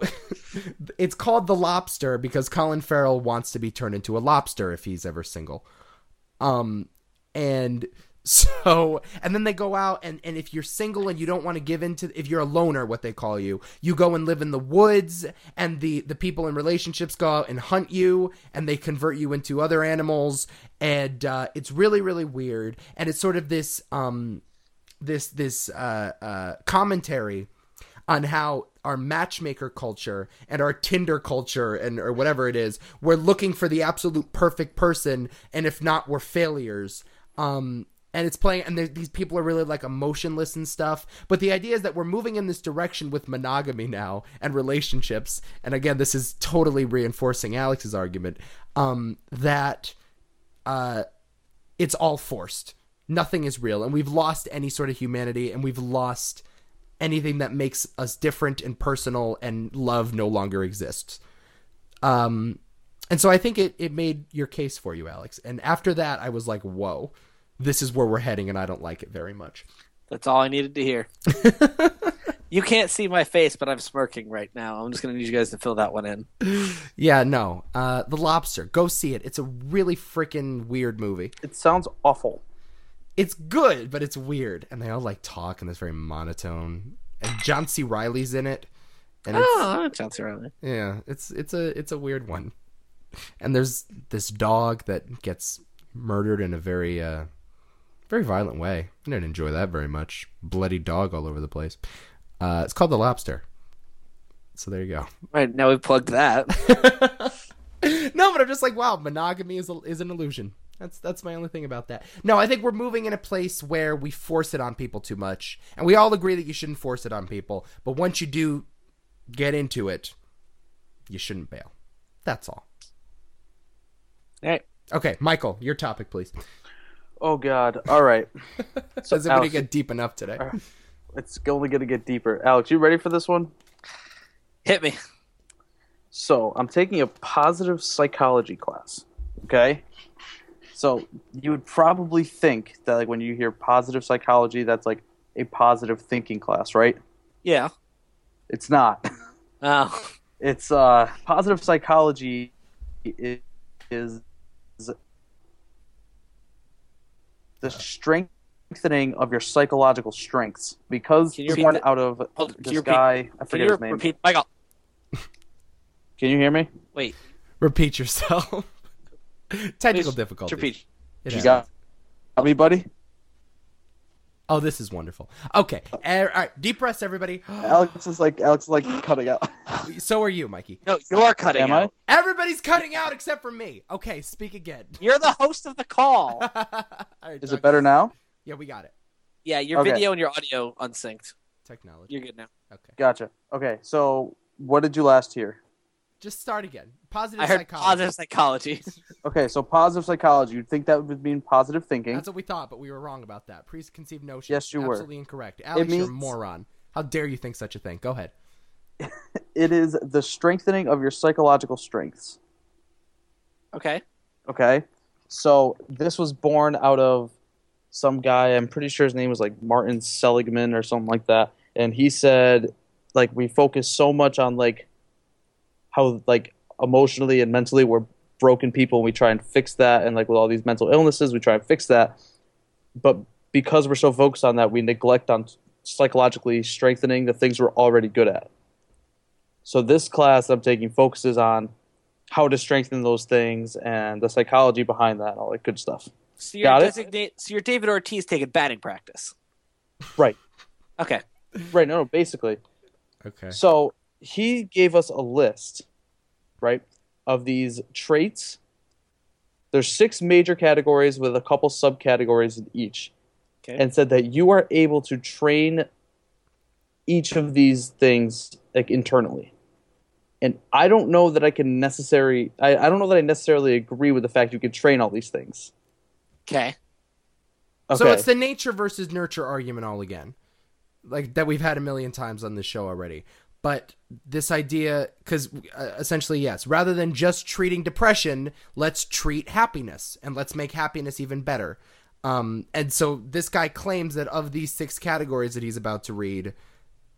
<laughs> it's called the lobster because Colin Farrell wants to be turned into a lobster if he's ever single. Um and <laughs> so and then they go out and and if you're single and you don't want to give in to if you're a loner what they call you, you go and live in the woods and the the people in relationships go out and hunt you and they convert you into other animals and uh it's really really weird and it's sort of this um this this uh, uh, commentary on how our matchmaker culture and our Tinder culture and or whatever it is, we're looking for the absolute perfect person, and if not, we're failures. Um, and it's playing, and there- these people are really like emotionless and stuff. But the idea is that we're moving in this direction with monogamy now and relationships. And again, this is totally reinforcing Alex's argument um, that it's all forced. Nothing is real, and we've lost any sort of humanity, and we've lost anything that makes us different and personal, and love no longer exists. Um, and so I think it, it made your case for you, Alex. And after that, I was like, whoa, this is where we're heading, and I don't like it very much.
That's all I needed to
<laughs>
hear. you can't see my face, but I'm smirking right now. I'm just going to need you guys to fill that one in.
Yeah, no. Uh, the Lobster, go see it. It's a really freaking weird movie.
It sounds awful.
It's good, but it's weird. And they all like talk, and it's very monotone. And John C. Riley's in it. And it's,
Oh, I like John C. Reilly.
Yeah, it's it's a it's a weird one. And there's this dog that gets murdered in a very uh very violent way. I didn't enjoy that very much. Bloody dog all over the place. Uh it's called the lobster. So there you go.
All right, now we plugged
<laughs>
that.
<laughs> No, but I'm just like, wow, monogamy is a, is an illusion. That's that's my only thing about that. No, I think we're moving in a place where we force it on people too much, and we all agree that you shouldn't force it on people. But once you do get into it, you shouldn't bail. That's all.
all right.
Okay, Michael, your topic, please.
Oh God! All right,
Does everybody
Alex- uh-huh.
get deep enough today?
it's only gonna get deeper. Alex, you ready for this one?
Hit me.
So I'm taking a positive psychology class. Okay. So you would probably think that like when you hear positive psychology, that's like a positive thinking class, right?
Yeah.
It's not. <laughs>
Oh,
It's uh positive psychology i- is the strengthening of your psychological strengths because
Can you repeat
born
the-
out of
hold- can
this
you repeat-
guy. I
can
forget
you
his name.
repeat? Michael,
Can you hear me?
wait.
Repeat yourself. <laughs> Technical
please
difficulty.
Repeat.
You got got me, buddy.
oh, this is wonderful. Okay, er, all right. Deep breaths, everybody. <gasps>
Alex is like Alex is like cutting out.
So are you, Mikey.
No, you're cutting
Am I?
out.
Everybody's cutting out except for me. Okay, speak again. <laughs>
You're the host of the
<laughs>
call.
All right,
Is
Doug.
it better now?
Yeah, we got it.
Yeah, your
Okay.
video and your audio unsynced.
Technology.
You're good now.
Okay,
Gotcha. Okay, so what did you last hear?
just start again. Positive
I heard
psychology.
positive psychology. <laughs>
Okay, so positive psychology. You'd think that would mean positive thinking.
That's what we thought, but we were wrong about that. Preconceived notions.
Yes, you were.
Absolutely incorrect. Alex, you're a
means-
moron. How dare you think such a thing? Go ahead.
it is the strengthening of your psychological strengths.
Okay.
Okay. So this was born out of some guy, I'm pretty sure his name was like Martin Seligman or something like that. And he said, like, we focus so much on like how like emotionally and mentally we're broken people and we try and fix that and like with all these mental illnesses we try and fix that. But because we're so focused on that, we neglect on psychologically strengthening the things we're already good at. So this class that I'm taking focuses on how to strengthen those things and the psychology behind that, and all that good stuff.
So you're
Got it.
designate. So you're David Ortiz taking batting practice.
Right.
Okay.
Right. No, no, basically.
Okay.
So he gave us a list, right, of these traits. There's six major categories with a couple subcategories in each,
Okay.
and said that you are able to train each of these things like internally. And I don't know that I can necessarily. I, I don't know that I necessarily agree with the fact you can train all these things.
Okay.
Okay.
So it's the nature versus nurture argument all again, like that we've had a million times on this show already. But this idea, because uh, essentially, yes, rather than just treating depression, let's treat happiness and let's make happiness even better. Um, and so this guy claims that of these six categories that he's about to read,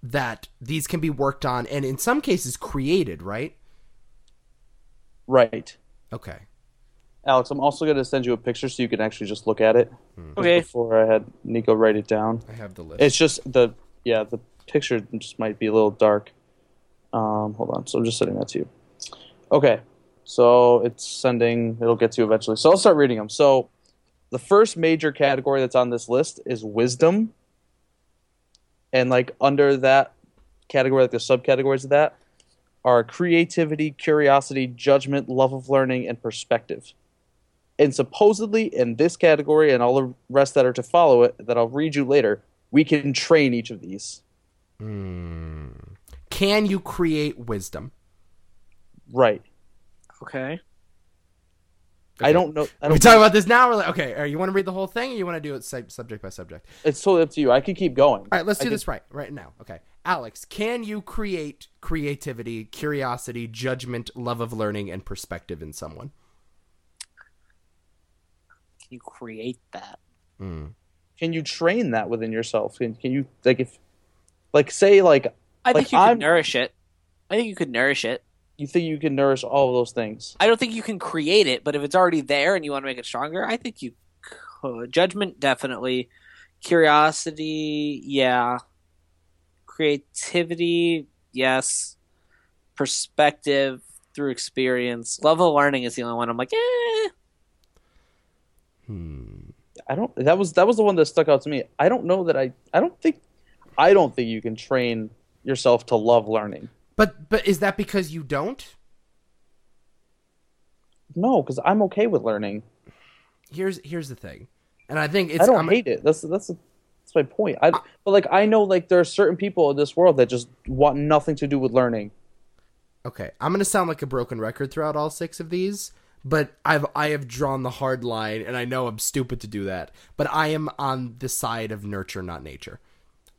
that these can be worked on and in some cases created, right?
right.
Okay.
Alex, I'm also going to send you a picture so you can actually just look at it.
Okay.
Before I had Nico write it down,
I have the list.
it's just the yeah the picture just might be a little dark. Um, hold on, so I'm just sending that to you. Okay, so it's sending. It'll get to you eventually. So I'll start reading them. So the first major category that's on this list is wisdom, and like under that category, like the subcategories of that are creativity, curiosity, judgment, love of learning, and perspective. And supposedly in this category and all the rest that are to follow it, that I'll read you later, we can train each of these.
Hmm. Can you create wisdom?
Right.
Okay.
I don't know. I
Are we
don't,
talking about this now? Or like, okay, or you want to read the whole thing, or you want to do it sub- subject by subject?
it's totally up to you. I could keep going.
All right, let's do
I
this right right now. Okay. Alex, can you create creativity, curiosity, judgment, love of learning, and perspective in someone?
Can you create that?
Can you train that within yourself? Can, can you like if like say like
I
Like,
think you could
I'm-
nourish it. I think you could nourish it.
you think you can nourish all of those things?
I don't think you can create it, but if it's already there and you want to make it stronger, I think you could. Judgment, definitely. Curiosity, yeah. Creativity, yes. Perspective through experience. Love of learning is the only one I'm like, eh.
Mm-hmm.
I don't. That was that was the one that stuck out to me. I don't know that I. I don't think. I don't think you can train yourself to love learning.
But but is that because you don't?
No, because I'm okay with learning.
Here's here's the thing, and I think it's
I don't
I'm-
hate it. That's that's that's my point. I but like I know like there are certain people in this world that just want nothing to do with learning.
Okay, I'm gonna sound like a broken record throughout all six of these, but I've I have drawn the hard line, and I know I'm stupid to do that, but I am on the side of nurture, not nature.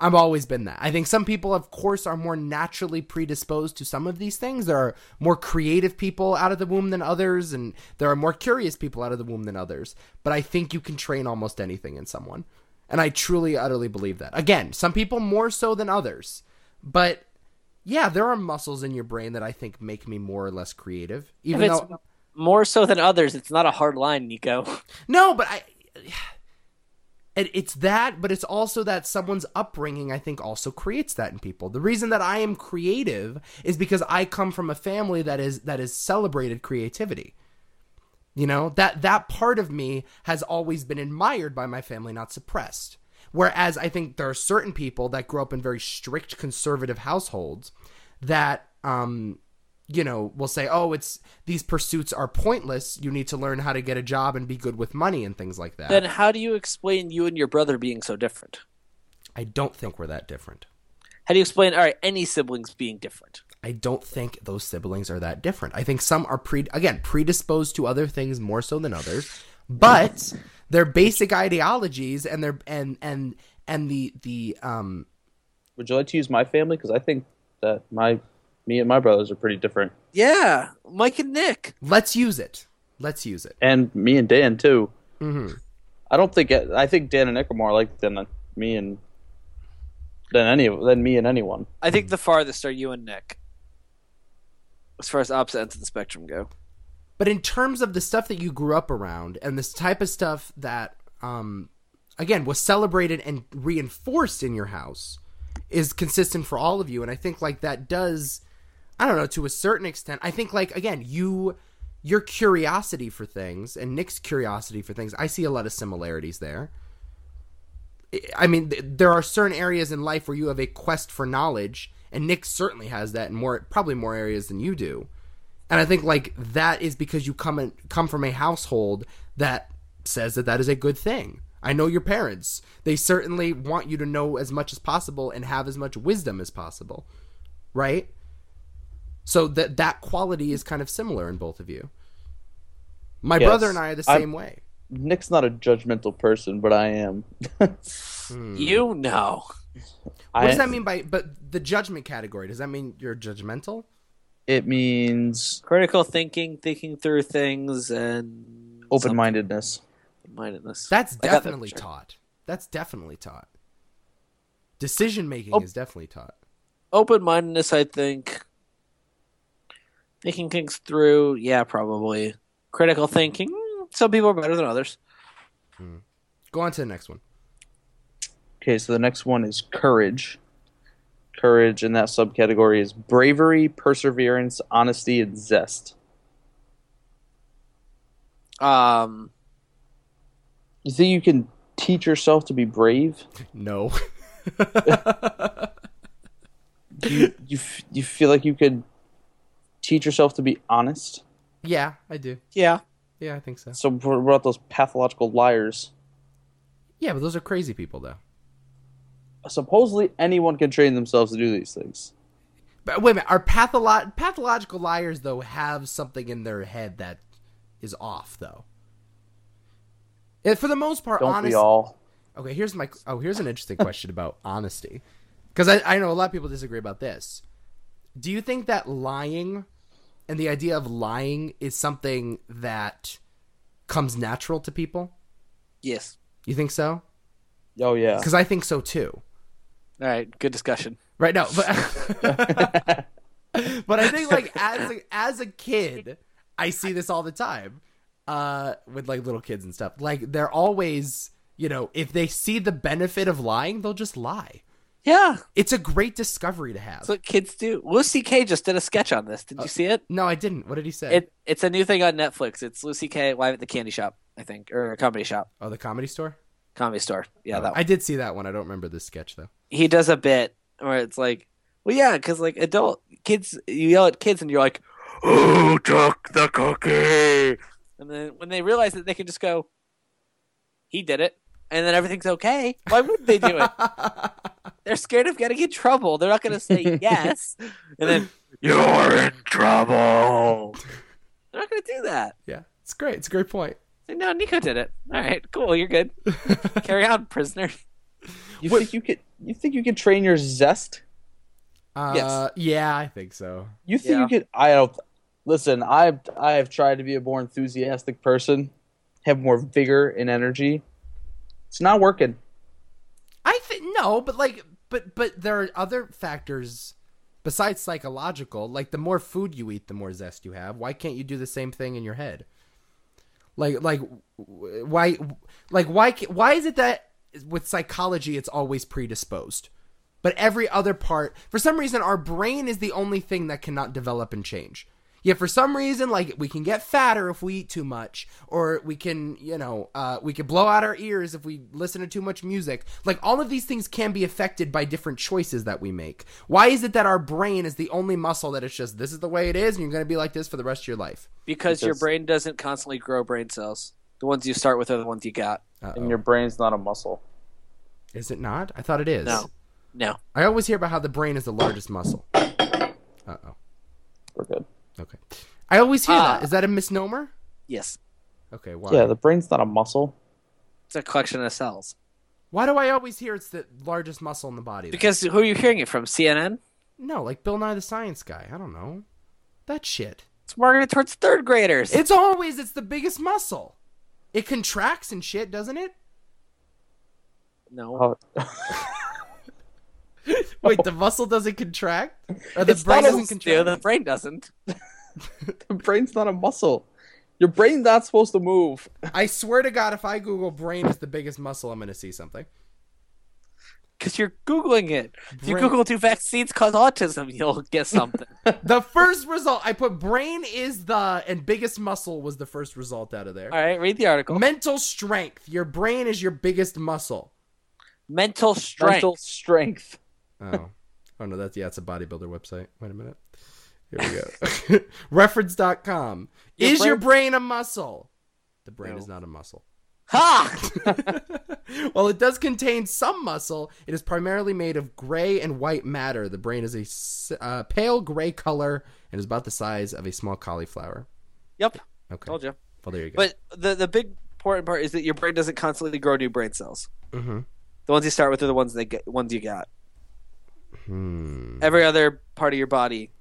I've always been that. I think some people, of course, are more naturally predisposed to some of these things. There are more creative people out of the womb than others, and there are more curious people out of the womb than others. But I think you can train almost anything in someone. And I truly, utterly believe that. Again, some people more so than others. But yeah, there are muscles in your brain that I think make me more or less creative. Even
If it's
though
more so than others, it's not a hard line, Nico. <laughs>
no, but I. It, it's that, but it's also that someone's upbringing, I think, also creates that in people. The reason that I am creative is because I come from a family that is that is celebrated creativity. You know that that part of me has always been admired by my family, not suppressed. Whereas I think there are certain people that grow up in very strict conservative households that um, you know, will say, "Oh, it's these pursuits are pointless. You need to learn how to get a job and be good with money and things like that."
Then how do you explain you and your brother being so different?
I don't think we're that different.
How do you explain, all right, any siblings being different?
I don't think those siblings are that different. I think some are pre again predisposed to other things more so than others, but their basic ideologies and their and and and the the um
Would you like to use my family? Because I think that my me and my brothers are pretty different,
Yeah, Mike and Nick.
let's use it. Let's use it.
and me and Dan too.
Mhm.
I don't think I think Dan and Nick are more like than me and than any than me and anyone.
I think the farthest are you and Nick. As far as opposite ends of the spectrum go.
But in terms of the stuff that you grew up around and this type of stuff that, um, again, was celebrated and reinforced in your house is consistent for all of you. And I think, like, that does, I don't know, to a certain extent, I think, like, again, you. Your curiosity for things and Nick's curiosity for things, I see a lot of similarities there. I- I mean, th- there are certain areas in life where you have a quest for knowledge, and Nick certainly has that in more, probably more areas than you do and I think like that is because you come in, come from a household that says that that is a good thing. I know your parents; they certainly want you to know as much as possible and have as much wisdom as possible, right? So that that quality is kind of similar in both of you. My
Yes.
brother and I are the
I'm-
same way.
Nick's not a judgmental person, but I am.
You know.
What does that mean by but the judgment category? Does that mean you're judgmental?
It means
Critical thinking, thinking through things, and
open mindedness.
mindedness.
That's
I got that
definitely
picture.
taught. That's definitely taught. Decision making
Oh.
is definitely taught.
Open mindedness, I think. Thinking things through, yeah, probably. Critical thinking, mm, some people are better than others.
Go on to the next one.
Okay, so the next one is courage. Courage in that subcategory is bravery, perseverance, honesty, and zest.
Um,
You think you can teach yourself to be brave?
No. <laughs>
You you, f- you feel like you could teach yourself to be honest?
yeah, I do.
yeah.
Yeah, I think so.
So what about those pathological liars?
Yeah, but those are crazy people though.
Supposedly anyone can train themselves to do these things.
But wait a minute, are patholo- pathological liars though have something in their head that is off though? And for the most part,
Don't
honest.
we all?
Okay, here's my. Oh, here's an interesting question about honesty. because I, I know a lot of people disagree about this. Do you think that lying and the idea of lying is something that comes natural to people?
Yes.
You think so?
Oh
<laughs>
yeah.
Because I think so too.
All right. Good discussion.
Right? No, but <laughs> but I think like as a, as a kid, I see this all the time uh, with like little kids and stuff. Like they're always, you know, if they see the benefit of lying, they'll just lie.
Yeah.
It's a great discovery to have.
That's what kids do. Lucy K just did a sketch on this. Did you see it?
no, I didn't. What did he say?
It it's a new thing on Netflix. It's Lucy K live at the candy shop, I think, or a comedy shop,
oh, the comedy store.
comedy store. Yeah, that one.
I did see that one. I don't remember this sketch
<laughs>
though.
he does a bit where it's like, well, yeah, because like adult kids, you yell at kids and you're like, who took the cookie? And then when they realize that they can just go, he did it, and then everything's okay. Why would they do it? They're scared of getting in trouble. They're not going to say yes, and then you're in trouble. They're not going to do that.
<laughs> Yeah, it's great. It's a great point.
Say, no, Nico did it. All right, cool. You're
<laughs>
good. Carry on, prisoner.
You think you could? You think you could train your zest?
Uh,
Yes.
Yeah, I think so.
You think
Yeah.
you could? I don't. Listen, I I have tried to be a more enthusiastic person, have more vigor and energy. It's not working.
I think no, but like, but but there are other factors besides psychological. Like the more food you eat, the more zest you have. Why can't you do the same thing in your head? Like like w- why like why ca- why is it that with psychology it's always predisposed, but every other part for some reason our brain is the only thing that cannot develop and change. Yet for some reason, like we can get fatter if we eat too much, or we can, you know, uh, we can blow out our ears if we listen to too much music. Like all of these things can be affected by different choices that we make. Why is it that our brain is the only muscle that it's just this is the way it is, and you're going to be like this for the rest of your life?
Because, your
Because-
brain doesn't constantly grow brain cells. The ones you start with are the ones you got.
And your brain's not a muscle.
Is it not? I thought it is.
No, no.
I always hear about how the brain is the largest muscle. Uh oh.
We're good.
Okay. I always hear that.
Ah.
Is that a misnomer?
Yes,
Okay. Why?
Yeah, the brain's not a muscle. <laughs>
it's a collection of cells.
Why do I always hear it's the largest muscle in the body? then?
Because who are you hearing it from? CNN.
No, like Bill Nye the Science Guy. I don't know. That shit.
It's marketed towards third graders.
It's always it's the biggest muscle. It contracts and shit, doesn't it?
no,
Oh,
Wait,
<laughs>
the muscle doesn't contract? Or the
It's
brain
not a
doesn't
Yeah,
contract?
the brain doesn't.
the brain's not a muscle. Your brain's not supposed to move.
I swear to God, if I Google brain is the biggest muscle, I'm going to see something.
Because you're googling it. If you
Brain-
Google do vaccines cause autism, you'll get
<laughs>
something.
The first result, I put brain is the, and biggest muscle was the first result out of there.
All right, read the article.
Mental strength. Your brain is your biggest muscle.
Mental strength.
Mental strength.
Oh. Oh no, that's yeah, it's a bodybuilder website. Wait a minute. Here we go. <laughs> Reference.com.
Your
is your brain
brain-
a muscle? The brain
No.
is not a
<laughs>
muscle. <laughs>
<laughs>
Ha!
While it does contain some muscle, it is primarily made of gray and white matter. The brain is a s- uh, pale gray color and is about the size of a small cauliflower.
yep,
Okay.
told you.
Well, there you go.
But the the big important part is that your brain doesn't constantly grow new brain cells.
Mhm.
The ones you start with are the ones they get, ones you got.
Hmm.
Every other part of your body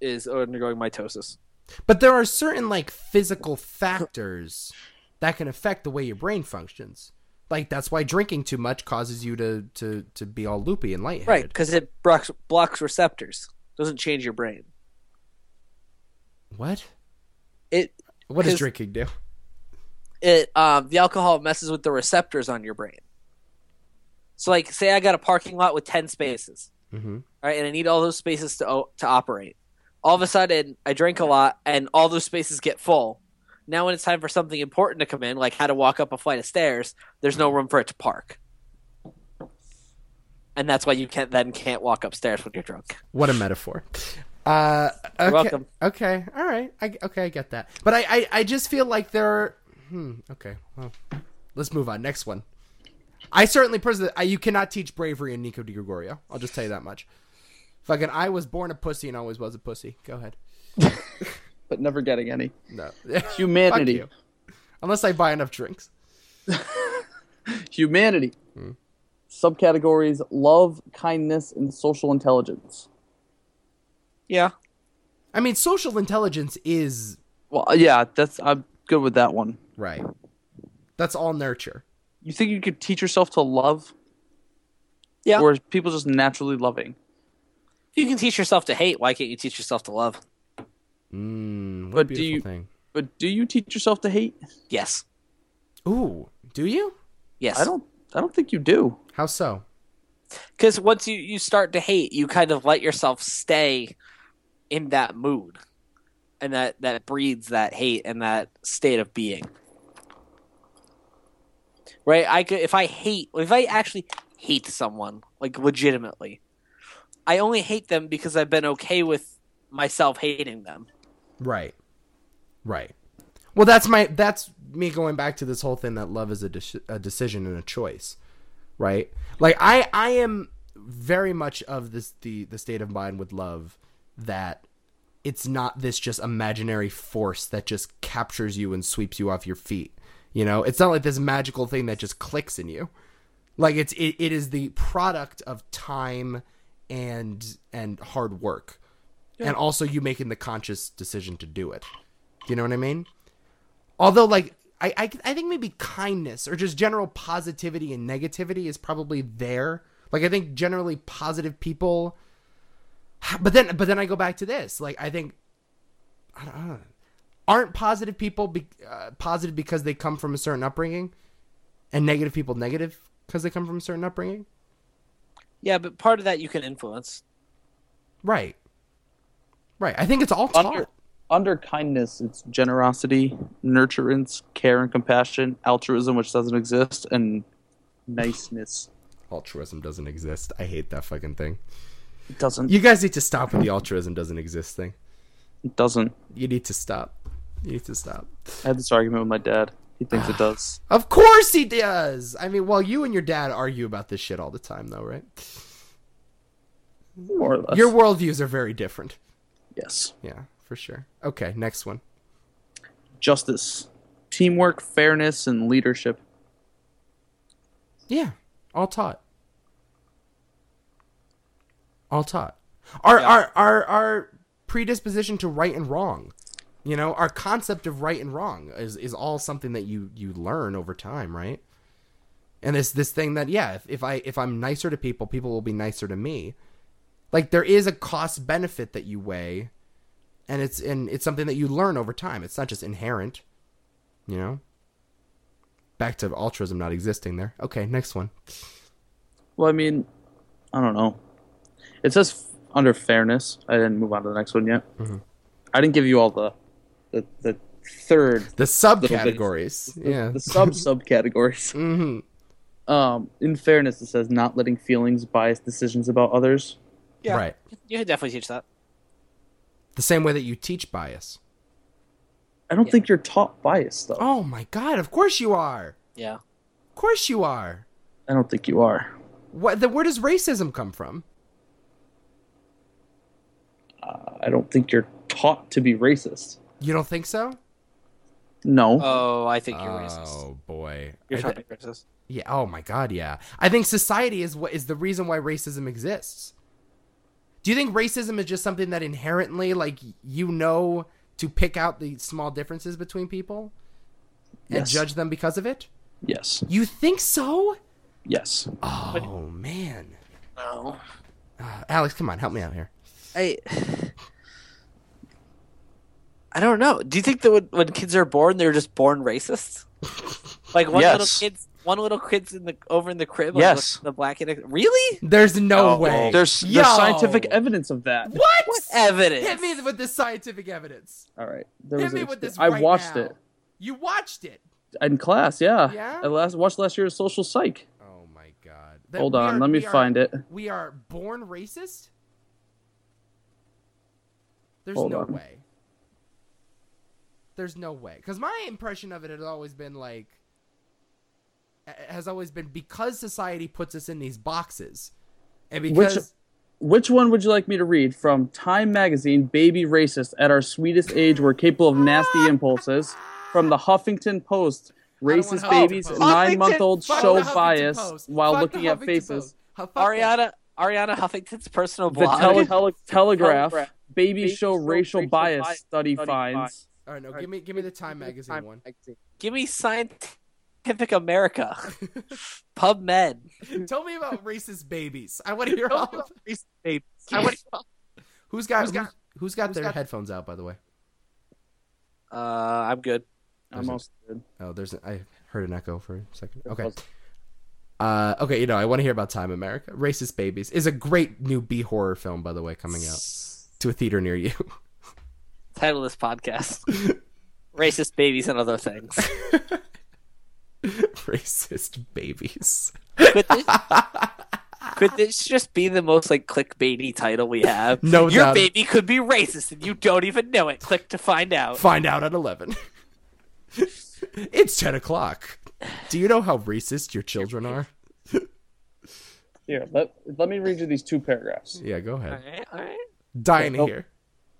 is undergoing mitosis.
But there are certain like physical factors that can affect the way your brain functions. Like that's why drinking too much causes you to to to be all loopy and lightheaded.
Right, because it blocks, blocks receptors. Doesn't change your brain.
What?
It
What does
'Cause-
drinking do?
it um, the alcohol messes with the receptors on your brain. So, like, say I got a parking lot with ten spaces,
Mm-hmm.
all right, and I need all those spaces to o- to operate. All of a sudden, I drink a lot, and all those spaces get full. Now, when it's time for something important to come in, like how to walk up a flight of stairs, there's no room for it to park, and that's why you can't then can't walk upstairs when you're drunk.
What a metaphor. Uh, okay.
welcome.
Okay. All right. I, okay, I get that. But I, I, I just feel like there are. Hmm. Okay. Well, let's move on. Next one. I certainly personally, I, you cannot teach bravery in Nico Di Gregorio. I'll just tell you that much. Fucking, I was born a pussy and always was a pussy. Go ahead.
But never getting any.
No. <laughs>
Humanity.
Fuck you. Unless I buy enough drinks.
Humanity. Subcategories love, kindness, and social intelligence.
Yeah.
I mean, social intelligence is
Well, yeah, that's I'm good with that one.
right. That's all nurture.
You think you could teach yourself to love?
Yeah.
Or is people just naturally loving?
If you can teach yourself to hate, why can't you teach yourself to love?
Mm, what
But
a
do
beautiful
you-
thing.
But do you teach yourself to hate?
Yes.
Ooh, do you?
Yes.
I don't I don't think you do.
How so?
Because once you, you start to hate, you kind of let yourself stay in that mood. And that, that breeds that hate and that state of being. Right? I could if I hate if I actually hate someone, like legitimately, I only hate them because I've been okay with myself hating them.
Right. Right. Well, that's my that's me going back to this whole thing that love is a, de- a decision and a choice, right? Like I I am very much of this the the state of mind with love that it's not this just imaginary force that just captures you and sweeps you off your feet. You know, it's not like this magical thing that just clicks in you. Like it's it, it is the product of time and and hard work and also you making the conscious decision to do it. Do you know what I mean? Although, like, I, I, I think maybe kindness or just general positivity and negativity is probably there. Like, I think generally positive people. But then, but then I go back to this. Like, I think I don't, I don't- aren't positive people be, uh, positive because they come from a certain upbringing, and negative people negative because they come from a certain upbringing.
Yeah, but part of that you can influence.
Right. Right. I think it's all taught.
Under under kindness, it's generosity, nurturance, care and compassion, altruism, which doesn't exist, and niceness.
altruism doesn't exist. I hate that fucking thing.
It doesn't.
You guys need to stop with the altruism doesn't exist thing.
It doesn't.
You need to stop. You need to stop.
I had this argument with my dad. He thinks it does.
Of course he does. I mean, well, you and your dad argue about this shit all the time, though, right?
<sighs> More or less.
Your worldviews are very different.
yes.
Yeah, for sure. Okay, next one.
Justice, teamwork, fairness, and leadership.
Yeah, all taught. All taught. Our our our our predisposition to right and wrong, you know, our concept of right and wrong is is all something that you you learn over time, right? And this this thing that yeah, if, if I if I'm nicer to people, people will be nicer to me. Like there is a cost benefit that you weigh, and it's and it's something that you learn over time. It's not just inherent, you know. Back to altruism not existing there. Okay, next one.
Well, I mean, I don't know. It says f- under fairness. I didn't move on to the next one yet.
Mm-hmm.
I didn't give you all the the, the third,
The
bit.
subcategories. yeah. <laughs>
the sub subcategories.
hmm
Um, in fairness, it says not letting feelings bias decisions about others.
Yeah.
Right.
You can definitely teach that.
The same way that you teach bias.
I don't
Yeah.
think you're taught bias though.
Oh my god, of course you are.
Yeah.
Of course you are.
I don't think you are.
What the, where does racism come from?
I don't think you're taught to be racist.
You don't think so?
No.
Oh, I think you're racist.
Oh, boy.
You're
I-
trying to be racist.
yeah, oh my god, yeah. I think society is what is the reason why racism exists. Do you think racism is just something that inherently like you know to pick out the small differences between people and
Yes.
judge them because of it?
yes.
You think so?
Yes.
Oh man.
No.
Uh, Alex, come on, help me out here.
I I don't know. Do you think that when, when kids are born, they're just born
<laughs>
racist? Like one little
Yes.
kid's one little kid's in the over in the crib.
Yes.
Like, the black kid. Really?
There's no way.
There's-
Yo!
Oh, There's scientific evidence of that.
What?
What evidence?
Hit me with this scientific evidence.
All right. There
Hit
was
me
a-
with this.
I
right
watched
now.
it
You watched it.
in class. Yeah.
Yeah?
I last watched last year's social psych.
Oh my god. That
Hold
we
on,
are-
let me
we are-
find it.
We are born racist. There's
Hold
no
on.
way. There's no way. Because my impression of it has always been like, a- has always been because society puts us in these boxes, and because
Which one would you like me to read from Time Magazine? Baby racist at our sweetest age, we're capable of nasty impulses. From the Huffington Post, Racist
Huffington-
babies,
Fuck
nine month old
Fuck
show
the Huffington
bias
Post.
while
Fuck the
looking at
Huffington
faces.
Post. Huh, fuck that.
Ariana Ariana Huffington's personal
The
blog.
tele- tele- Telegraph
Telegraph.
baby show racial bias study
study
finds.
finds.
All right, no, give me give me the <laughs> Time magazine one.
<laughs> Give me
<laughs>
Scientific America, PubMed.
Tell me <laughs> about racist babies. I want to hear all. Of... <laughs> Who's got who's got, who's got their headphones out? By the way,
Uh, I'm good.
I'm also good.
oh, there's a- I heard an echo for a second. Okay. Uh, okay, you know, I want to hear about Time America. Racist Babies is a great new B horror film, by the way, coming out to a theater near you. <laughs>
Title of this podcast: Racist Babies and Other Things.
Racist Babies.
Could this, could this just be the most like clickbaity title we have?
No
your
doubt.
baby could be racist and you don't even know it. Click to find out.
Find out at 11. <laughs> it's 10 o'clock. Do you know how racist your children are?
Here, let, let me read you these two paragraphs.
Yeah, go ahead.
Alright, alright.
Dying to
Oh.
hear.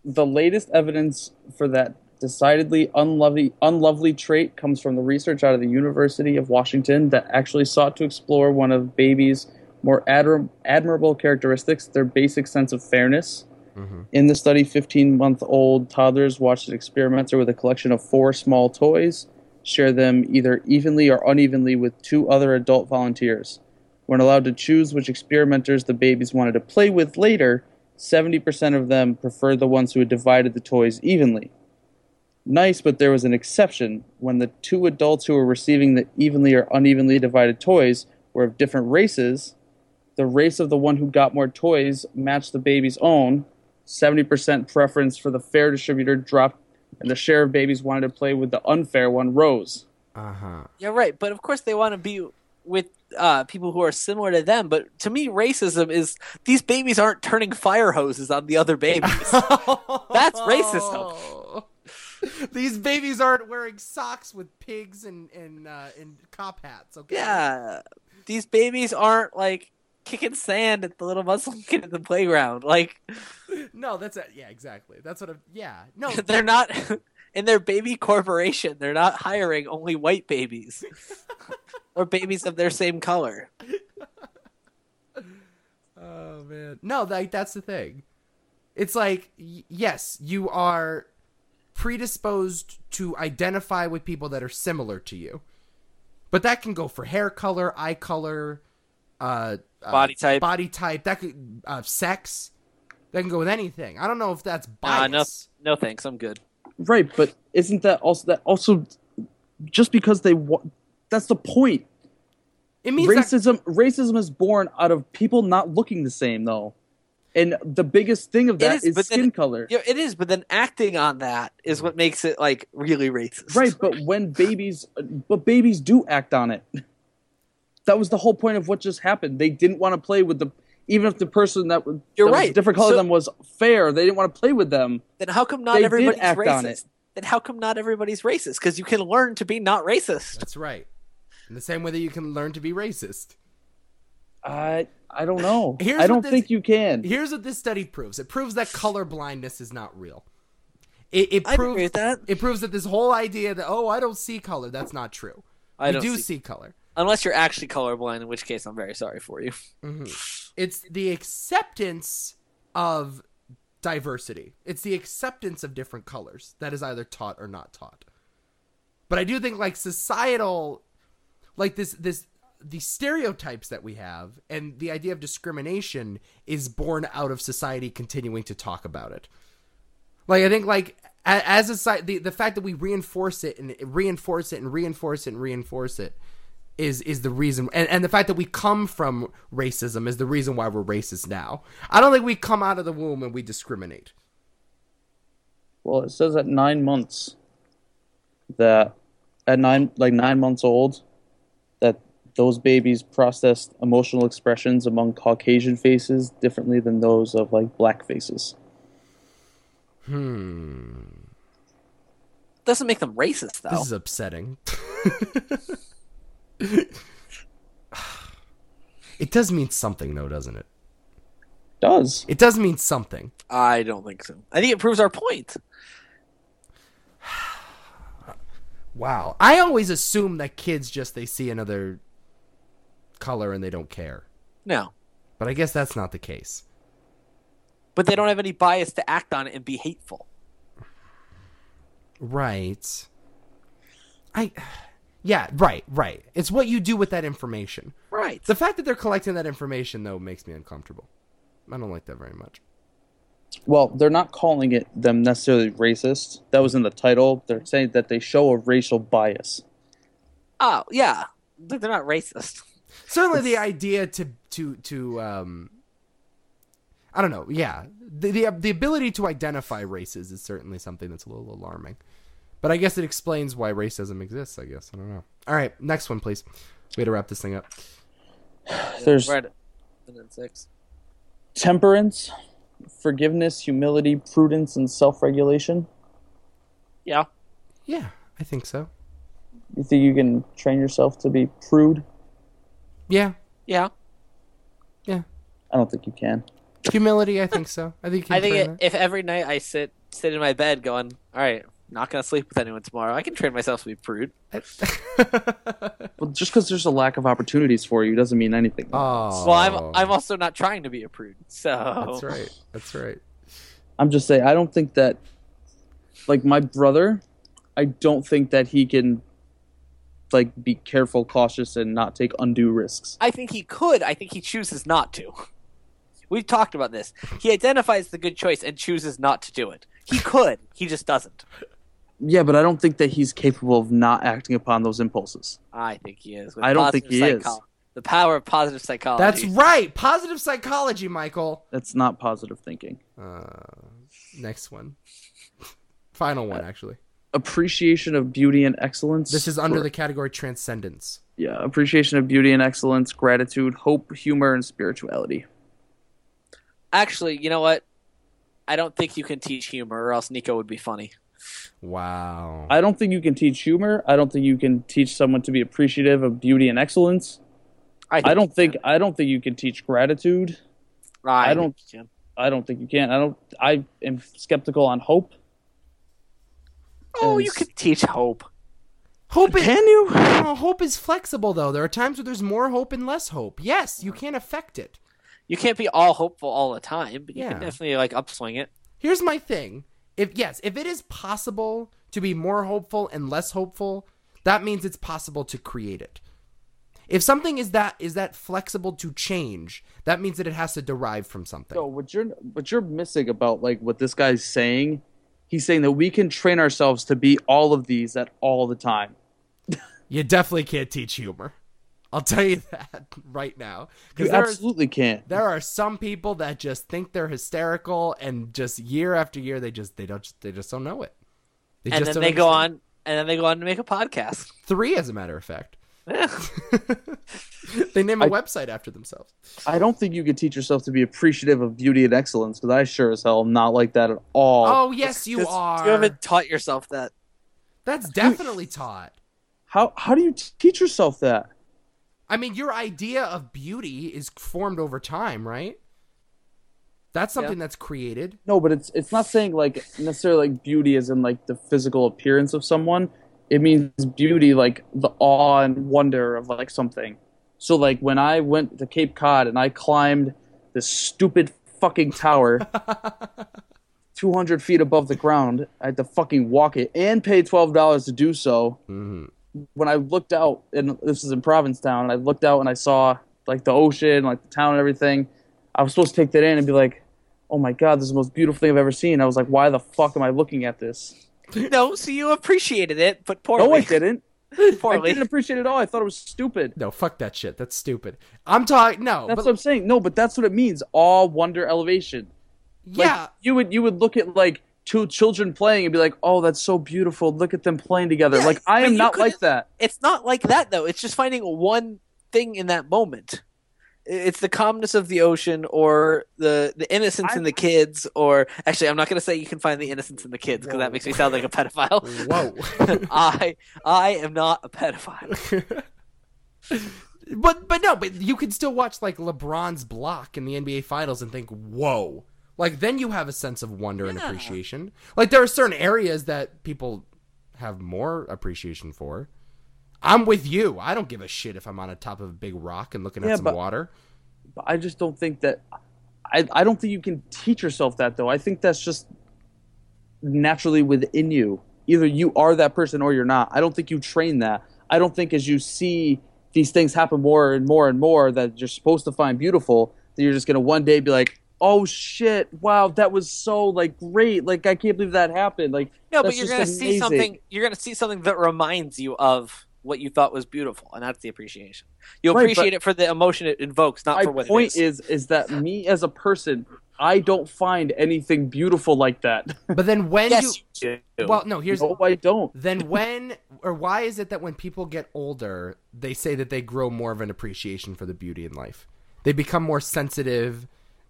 the latest evidence for that decidedly unlovely, unlovely trait comes from the research out of the University of Washington that actually sought to explore one of babies' more admir- admirable characteristics, their basic sense of fairness.
Mhm.
In the study, 15 month old toddlers watched an experimenter with a collection of four small toys share them either evenly or unevenly with two other adult volunteers. When allowed to choose which experimenters the babies wanted to play with later, 70% of them preferred the ones who had divided the toys evenly. Nice, but there was an exception. When the two adults who were receiving the evenly or unevenly divided toys were of different races, the race of the one who got more toys matched the baby's own. 70% preference for the fair distributor dropped, and the share of babies wanted to play with the unfair one rose.
Uh <laughs> huh.
Yeah, right. But of course, they want to be with uh, people who are similar to them. But to me, racism is these babies aren't turning fire hoses on the other
<laughs>
babies. That's racism.
These babies aren't wearing socks with pigs and and uh, and cop hats. Okay.
yeah, these babies aren't like kicking sand at the little Muslim kid at the playground. Like
No, that's a, yeah, exactly. That's what. I'm, yeah. No.
Oh.
<laughs> they're not. In their baby corporation, they're not hiring only white
<laughs>
babies or babies of their same color.
oh man. No, like that's the thing. It's like y- yes, you are predisposed to identify with people that are similar to you, but that can go for hair color, eye color, uh, uh,
Body type.
body type. That could uh, sex. That can go with anything. I don't know if that's
Nah,
bias.
Uh, no, no thanks. I'm good.
Right, but isn't that also that also just because they want that's the point.
It means that-
Racism racism is born out of people not looking the same though. And the biggest thing of that
is,
is,
but then-
skin color.
Yeah, it is, but then acting on that is what makes it like really racist.
Right, but when babies but babies do act on it. That was the whole point of what just happened. They didn't want to play with the even if the person that, was-
You're
that was
right.
different color
So-
than was fair, they didn't want to play with them.
Then how come not
They did
everybody's
act
racist?
on it.
Then how come not everybody's racist? Because you can learn to be not racist.
That's right. In the same way that you can learn to be racist.
I I don't know.
Here's
I
what
don't
this-
think you can.
Here's what this study proves. It proves that color blindness is not real. It, it
I agree
proves
with that.
it proves that this whole idea that oh I don't see color that's not true.
I
You
don't
do
see-
see color.
Unless you're actually colorblind, in which case I'm very sorry for you.
It's the acceptance of diversity. It's the acceptance of different colors that is either taught or not taught. But I do think like societal like this this the stereotypes that we have and the idea of discrimination is born out of society continuing to talk about it. Like I think like a- as a side the, the fact that we reinforce it and reinforce it and reinforce it and reinforce it is is the reason and, and the fact that we come from racism is the reason why we're racist now. I don't think we come out of the womb and we discriminate.
Well, it says at nine months that at nine like nine months old that those babies processed emotional expressions among Caucasian faces differently than those of like black faces.
Doesn't make them racist though.
This is upsetting. <laughs> it does mean something though, doesn't it?
Does.
It does mean something.
I don't think so. I think it proves our point.
Wow. I always assume that kids just they see another color and they don't care.
No,
But I guess that's not the case.
but they don't have any bias to act on it and be hateful.
Right. I <sighs> Yeah, right, right. It's what you do with that information.
Right.
The fact that they're collecting that information though makes me uncomfortable. I don't like that very much.
Well, they're not calling it them necessarily racist. That was in the title. They're saying that they show a racial bias.
oh yeah, they're they're not racist.
certainly the idea to to to um i don't know yeah the, the the ability to identify races is certainly something that's a little alarming but i guess it explains why racism exists i guess i don't know all right next one please we had to wrap this thing up
There's
Right. And then six.
temperance, forgiveness, humility, prudence, and self-regulation.
Yeah.
yeah i think so
You think you can train yourself to be prude?
yeah
Yeah.
I don't think you can.
humility i think so i think you can
I think
train
it, if every night I sit sit in my bed going, all right, not gonna sleep with anyone tomorrow, I can train myself to be prude.
that.
Well, just because there's a lack of opportunities for you doesn't mean anything.
<laughs> oh
Well, I'm I'm also not trying to be a prude, so
that's right that's right
I'm just saying, I don't think that, like my brother, I don't think that he can, like, be careful, cautious, and not take undue risks.
I think he could. I think he chooses not to. We've talked about this. He identifies the good choice and chooses not to do it. He could. He just doesn't.
Yeah, but I don't think that he's capable of not acting upon those impulses.
I think he is. With
I don't think
positive
he is.
The power of positive psychology.
that's right positive psychology michael
That's not positive thinking.
uh next one final one actually
Appreciation of beauty and excellence.
This is under
or-
the category transcendence.
yeah. Appreciation of beauty and excellence, gratitude, hope, humor, and spirituality.
actually. You know what? I don't think you can teach humor, or else Nico would be funny.
Wow.
I don't think you can teach humor. I don't think you can teach someone to be appreciative of beauty and excellence. I don't think I don't think you can teach gratitude.
I,
I don't-
think you can.
I don't think you can. I don't. I am skeptical on hope.
Oh,
is-
you could teach hope.
hope is,
you?
Oh, hope is flexible though. There are times where there's more hope and less hope. Yes, you can't affect it.
You can't be all hopeful all the time, but you
Yeah.
can definitely like upswing it.
Here's my thing. If yes, if it is possible to be more hopeful and less hopeful, that means it's possible to create it. If something is that is that flexible to change, that means that it has to derive from something.
No, what you're what you're missing about like what this guy's saying. He's saying that we can train ourselves to be all of these at all the time.
You definitely can't teach humor. I'll tell you <laughs> that right now.
You
there are-
absolutely can't.
there are some people that just think they're hysterical and just year after year they just they don't they just don't know it they
and
just don't
then they go
understand.
on and then they go on to make a podcast
three as a matter of fact
i
<laughs> they name a
I-
website after themselves
I don't think you could teach yourself to be appreciative of beauty and excellence because I sure as hell am not like that at all.
oh yes you are
you haven't taught yourself that
<laughs> that's definitely taught
How how do you t- teach yourself that?
i mean your idea of beauty is formed over time right that's something that's created
No, but it's it's not saying like necessarily like beauty as in like the physical appearance of someone. It means beauty like the awe and wonder of like something. So like when I went to Cape Cod and I climbed this stupid fucking tower 200 feet above the ground, I had to fucking walk it and pay $12 to do so.
Mm-hmm.
Mhm.
When I looked out and this is in Provincetown, and I looked out and I saw like the ocean, like the town and everything. I was supposed to take that in and be like, oh my god, this is the most beautiful thing I've ever seen. I was like, why the fuck am I looking at this?
no so you appreciated it but poorly
No,
<laughs>
I didn't. I
poorly
didn't appreciate it at all. I thought it was stupid.
no fuck that shit that's stupid i'm talking no
That's
but
what I'm saying. No, but that's what it means. Awe, wonder, elevation. Like,
yeah
You would you would look at like two children playing and be like, oh, that's so beautiful. Look at them playing together.
Yeah,
like I
but
am
you
not
couldn't-
like that.
it's not like that though it's just finding one thing in that moment I- it's the calmness of the ocean or the the innocence in
I-
the kids or actually i'm not going to say you can find the innocence in the kids
Whoa.
because that makes me sound like a pedophile
whoa
<laughs> i i am not a pedophile
But but no, but you can still watch like LeBron's block in the NBA Finals and think, whoa. Like then you have a sense of wonder and
Yeah.
appreciation. Like there are certain areas that people have more appreciation for. I'm with you. I don't give a shit if I'm on the top of a big rock and looking
Yeah,
at some
but-
water.
But I just don't think that. I, I don't think you can teach yourself that though. I think that's just naturally within you. Either you are that person or you're not. I don't think you train that. I don't think as you see these things happen more and more and more that you're supposed to find beautiful, that you're just gonna one day be like, oh shit, wow, that was so like great. Like I can't believe that happened. Like
No, but
that's
you're
just
going to see
amazing.
something. You're going to see something that reminds you of what you thought was beautiful, and that's the appreciation. You
Right,
appreciate it for the emotion it invokes, not
my
for what
point
it is.
is is that me as a person, I don't find anything beautiful like that.
But then when
yes,
you
you do.
well, no, here's
<laughs> no, I don't.
<laughs> then when or why is it that when people get older, they say that they grow more of an appreciation for the beauty in life? They become more sensitive.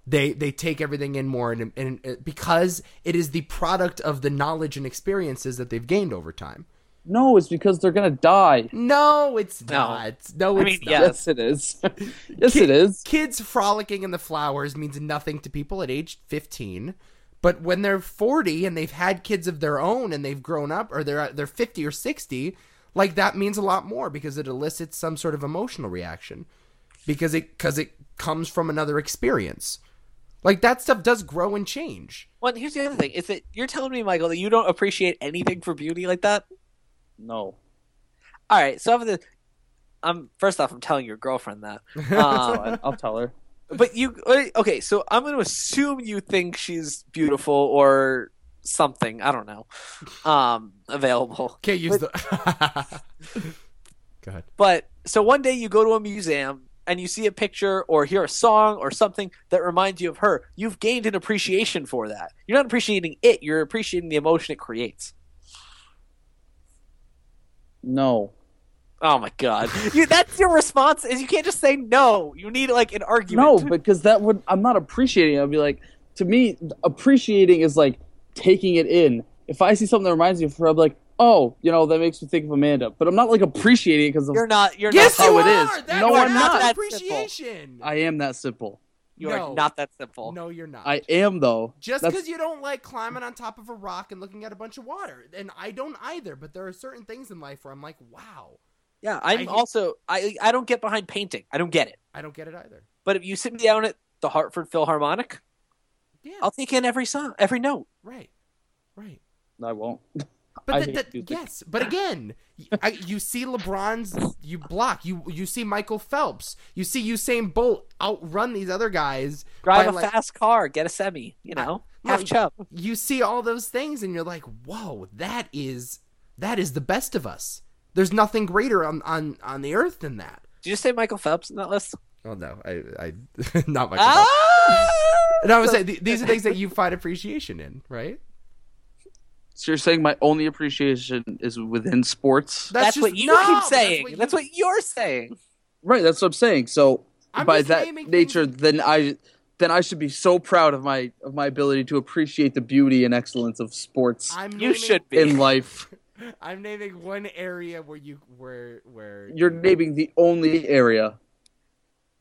They they take everything in more, and, and and- because it is the product of the knowledge and experiences that they've gained over time.
No, it's because they're gonna die.
No, it's
No.
not. No,
I
it's
mean,
not.
yeah.
Yes, it is. <laughs> yes, it is.
kids frolicking in the flowers means nothing to people at age 15 but when they're 40 and they've had kids of their own and they've grown up or they're they're 50 or 60 like that means a lot more because it elicits some sort of emotional reaction because it cuz it comes from another experience like that stuff does grow and change
Well, here's the other thing: is that you're telling me, Michael, that you don't appreciate anything for beauty like that?
No.
All right, so I'm the. I'm first off, I'm telling your
<laughs>
girlfriend that.
All
Um,
right, I'll tell her.
but you okay? So I'm going to assume you think she's beautiful or something. I don't know. Um, available.
can't use the <laughs> go ahead
But so one day you go to a museum and you see a picture or hear a song or something that reminds you of her. You've gained an appreciation for that. You're not appreciating it, you're appreciating the emotion it creates.
No.
Oh my
<laughs>
god. You, that's your response is you can't just say no. You need like an
No,
argument.
because that would I'm not appreciating. it. I'd be like, to me, appreciating is like taking it in. If I see something that reminds me of her, I'm like, oh, you know, that makes me think of Amanda. But I'm not like appreciating it because
you're not you're
yes
not
you
how
are
it is.
That's
No,
not
I'm not.
an
That's simple.
appreciation
I am that simple.
you
No.
are not that simple.
no you're not
I am though.
Just
That's-
because you don't like climbing on top of a rock and looking at a bunch of water, and I don't either. But there are certain things in life where I'm like, wow,
Yeah, I'm
I-
also I I don't get behind painting. I don't get it.
I don't get it either.
But if you sit me down at the Hartford Philharmonic,
Yeah,
I'll take in every song, every note.
right, right.
I won't. I
But
hate
that, that,
music.
yes, but again, y- I, you see LeBron's, you block, you you see Michael Phelps, you see Usain Bolt outrun these other guys.
Drive
by,
a
like-
fast car, get a semi, you know,
no,
half chub.
You see all those things, and you're like, whoa, that is that is the best of us. There's nothing greater on on on the earth than that.
Did you say Michael Phelps in that list?
Oh no, I <laughs> I not Michael. Phelps.
Ah!
And I was saying th- these are things that you find appreciation in, right?
So you're saying my only appreciation is within sports?
That's,
just-
what you
No, but
keep
that's
saying.
you-
That's what,
<laughs>
you're saying.
Right, that's what I'm saying. So
I'm
by
just
that
naming
nature,
things-
then I then I should be so proud of my of my ability to appreciate the beauty and excellence of sports
I'm
You
naming,
should be.
in life.
I'm naming one area where you where where
You're naming the only area.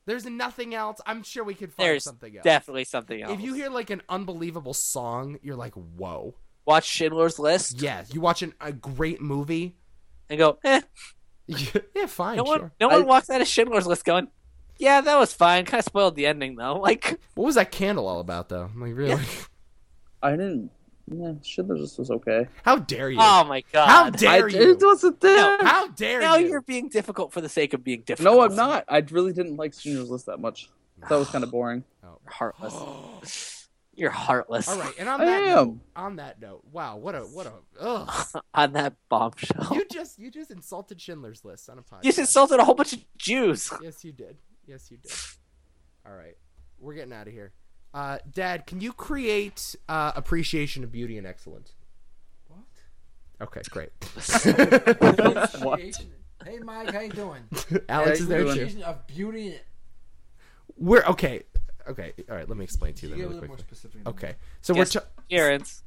there's nothing else. I'm sure we could find
There's
something else.
Definitely something else.
If you hear like an unbelievable song, you're like, "Whoa!"
watch Schindler's List
Yeah, you watch an, a great movie. <laughs>
and go, eh,
yeah, fine,
no
sure.
one, no one
I-
walks out of Schindler's List going, yeah, that was fine. Kind of spoiled the ending though. <laughs> Like,
What was that candle all about, though? I'm like, really?
I didn't. Yeah, Schindler's List was okay.
<laughs> How dare you?
oh my god.
How
I,
dare you?
It wasn't there. No,
How dare
now
you? <gasps>
you're being difficult for the sake of being difficult.
I'm not. I really didn't like Schindler's List that much. That was kind
<sighs>
of boring.
Heartless.
all
You're heartless.
right, and on
I
that note,
am.
on that note, wow, what a what a ugh.
On that bombshell.
You just you just insulted Schindler's List on a podcast.
<laughs> Oh. You just insulted a whole bunch of Jews.
Yes, you did. Yes, you did. All right, we're getting out of here. Uh, Dad, can you create uh, appreciation of beauty and excellence?
What?
<laughs> Okay, great.
<laughs>
Appreciation. Hey, Mike, how you <laughs> doing?
Alex is there too.
Appreciation of beauty.
We're okay. Okay, all right. Let me explain to you
Get
that
a
really
little more
quickly.
specific.
Okay, so
Yes.
we're ta-
Parents.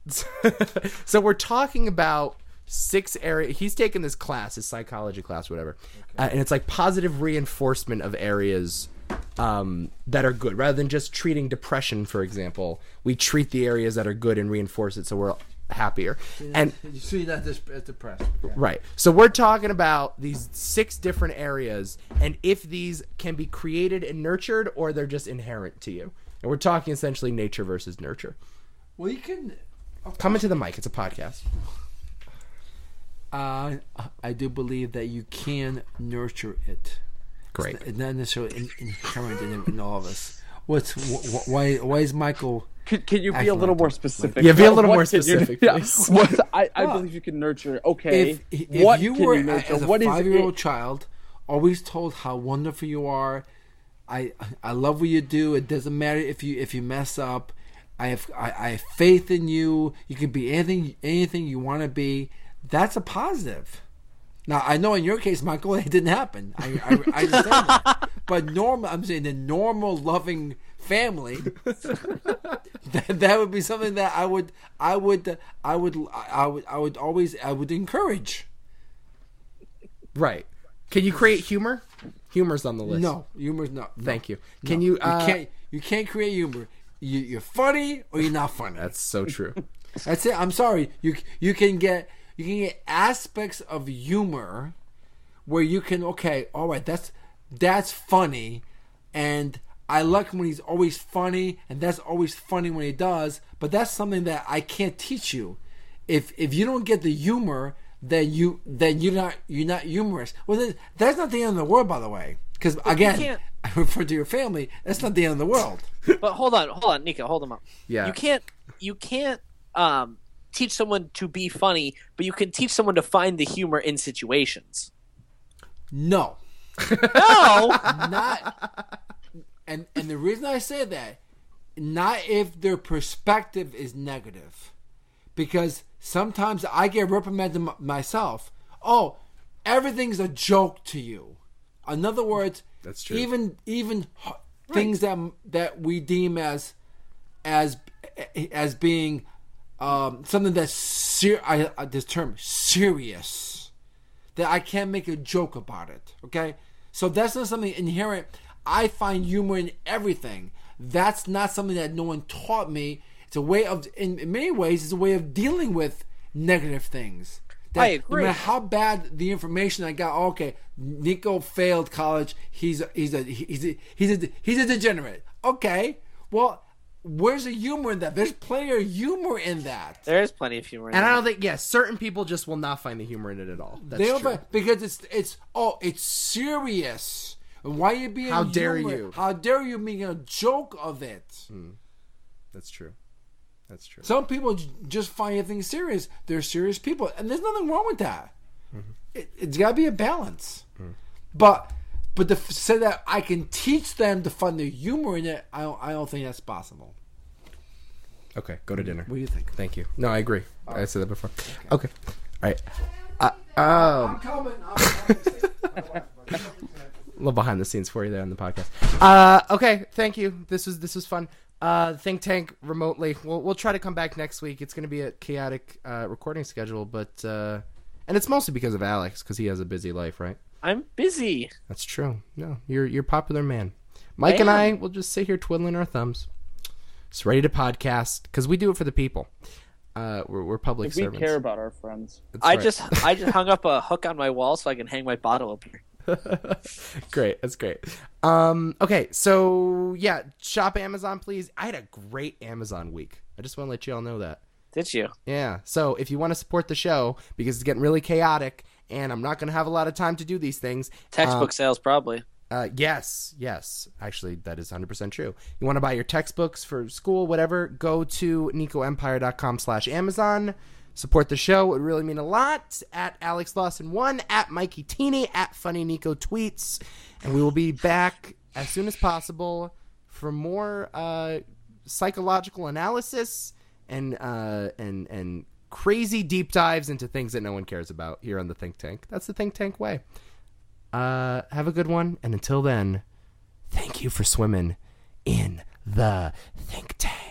<laughs> so we're talking about six area he's taking this class his psychology class whatever uh, and it's like positive reinforcement of areas um, that are good rather than just treating depression for example we treat the areas that are good and reinforce it so we're happier. And
you see that this at the press. Okay.
Right. So we're talking about these six different areas and if these can be created and nurtured or they're just inherent to you. And we're talking essentially nature versus nurture.
Well, you can.
Come into the mic, it's a podcast.
Uh, I do believe that you can nurture it.
Great.
It's not necessarily in, inherent in, in all of us. What's wh- wh- why? Why is Michael?
Could, can you be
Actually,
a
I
little
don't
more
like-
specific?
Yeah, be a little
What
more
can you-
specific,
<laughs> yeah,
please.
What I, I believe you can nurture. Okay,
If, if
what
you
can
were
you
a-
nurture?
as a
What is
five-year-old
it?
child, always told how wonderful you are. I I love what you do. It doesn't matter if you if you mess up. I have I, I have faith in you. You can be anything anything you want to be. That's a positive. Now I know in your case, Michael, <laughs> it didn't happen. I, I, I understand <laughs> that. But normal, I'm saying the normal, loving family, <laughs> that, that would be something that I would, I would, I would, I would, I would always, I would encourage.
Right. Can you create humor? Humor's on the list.
No, humor's no.
Thank you. Can you,
You
uh,
can't, you can't create humor. You, you're funny or you're not funny.
That's so true.
<laughs> That's it. I'm sorry. You you can get you can get aspects of humor where you can okay, all right, that's that's funny, and I like when he's always funny, and that's always funny when he does. But that's something that I can't teach you. If if you don't get the humor, then you then you're not you're not humorous. Well, then, that's not the end of the world, by the way. Because again,
can't-
<laughs> I refer to your family. That's not the end of the world.
But hold on, hold on, Nico, hold him up.
Yeah.
You can't you can't um teach someone to be funny, but you can teach someone to find the humor in situations.
No.
No.
not and and the reason I say that not if their perspective is negative because sometimes I get reprimanded m- myself oh everything's a joke to you in other words
That's true.
even even h- things that m- that we deem as as as being um, something that's ser- I, I, this term serious that I can't make a joke about it. Okay, so that's not something inherent. I find humor in everything. That's not something that no one taught me. It's a way of, in, in many ways, it's a way of dealing with negative things. That
I agree.
No matter how bad the information I got, oh, okay, Nico failed college. He's a, he's a he's a, he's a he's a degenerate. Okay, well, where's the humor in that? There's plenty of humor in that.
There's plenty of humor in
and I
that.
don't think yes, certain people just will not find the humor in it at all. That's
They
true.
don't buy- because it's it's oh it's serious. Why you being
How dare
humor-
you. Hmm.
How dare you make a joke of it?
That's true. That's true.
Some people j- just find anything serious. They're serious people, and there's nothing wrong with that.
Mm-hmm.
It, it's got to be a balance.
Hmm.
But but to f- say that I can teach them to find the humor in it, I don't, I don't think that's possible.
Okay, go to dinner.
What do you think?
Thank you. No, I agree. I said that before. Okay. All right. Uh, um,
I'm coming.
<laughs>
I'm coming.
a little behind the scenes for you there on the podcast. Uh, okay, thank you. This was this was fun. Uh, think tank remotely. We'll we'll try to come back next week. It's going to be a chaotic uh, recording schedule, but uh, and it's mostly because of Alex because he has a busy life, right?
I'm busy.
That's true. No, you're you're a popular man. Mike and I will just sit here twiddling our thumbs. It's ready to podcast because we do it for the people. Uh, we're, we're public
We
servants.
care about our friends.
That's
I
right.
just I just hung up a hook on my wall so I can hang my bottle opener.
great. That's great. Um, okay, so yeah, shop Amazon, please. I had a great Amazon week. I just want to let you all know that.
Did you?
Yeah. So if you want to support the show because it's getting really chaotic and I'm not going to have a lot of time to do these things,
Textbook sales probably.
uh, yes, yes. Actually, that is 100% true. You want to buy your textbooks for school, whatever, go to nicoempire.com slash Amazon. Support the show. It would really mean a lot. At Alex Lawson1, at Mikey Teeny, at Funny Nico Tweets. And we will be back as soon as possible for more uh, psychological analysis and, uh, and, and crazy deep dives into things that no one cares about here on the Think Tank. That's the Think Tank way. Uh, have a good one, and until then, thank you for swimming in the think tank.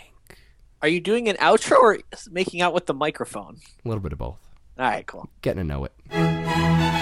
Are you doing an outro or making out with the microphone?
A little bit of both.
All right, cool.
Getting to know it.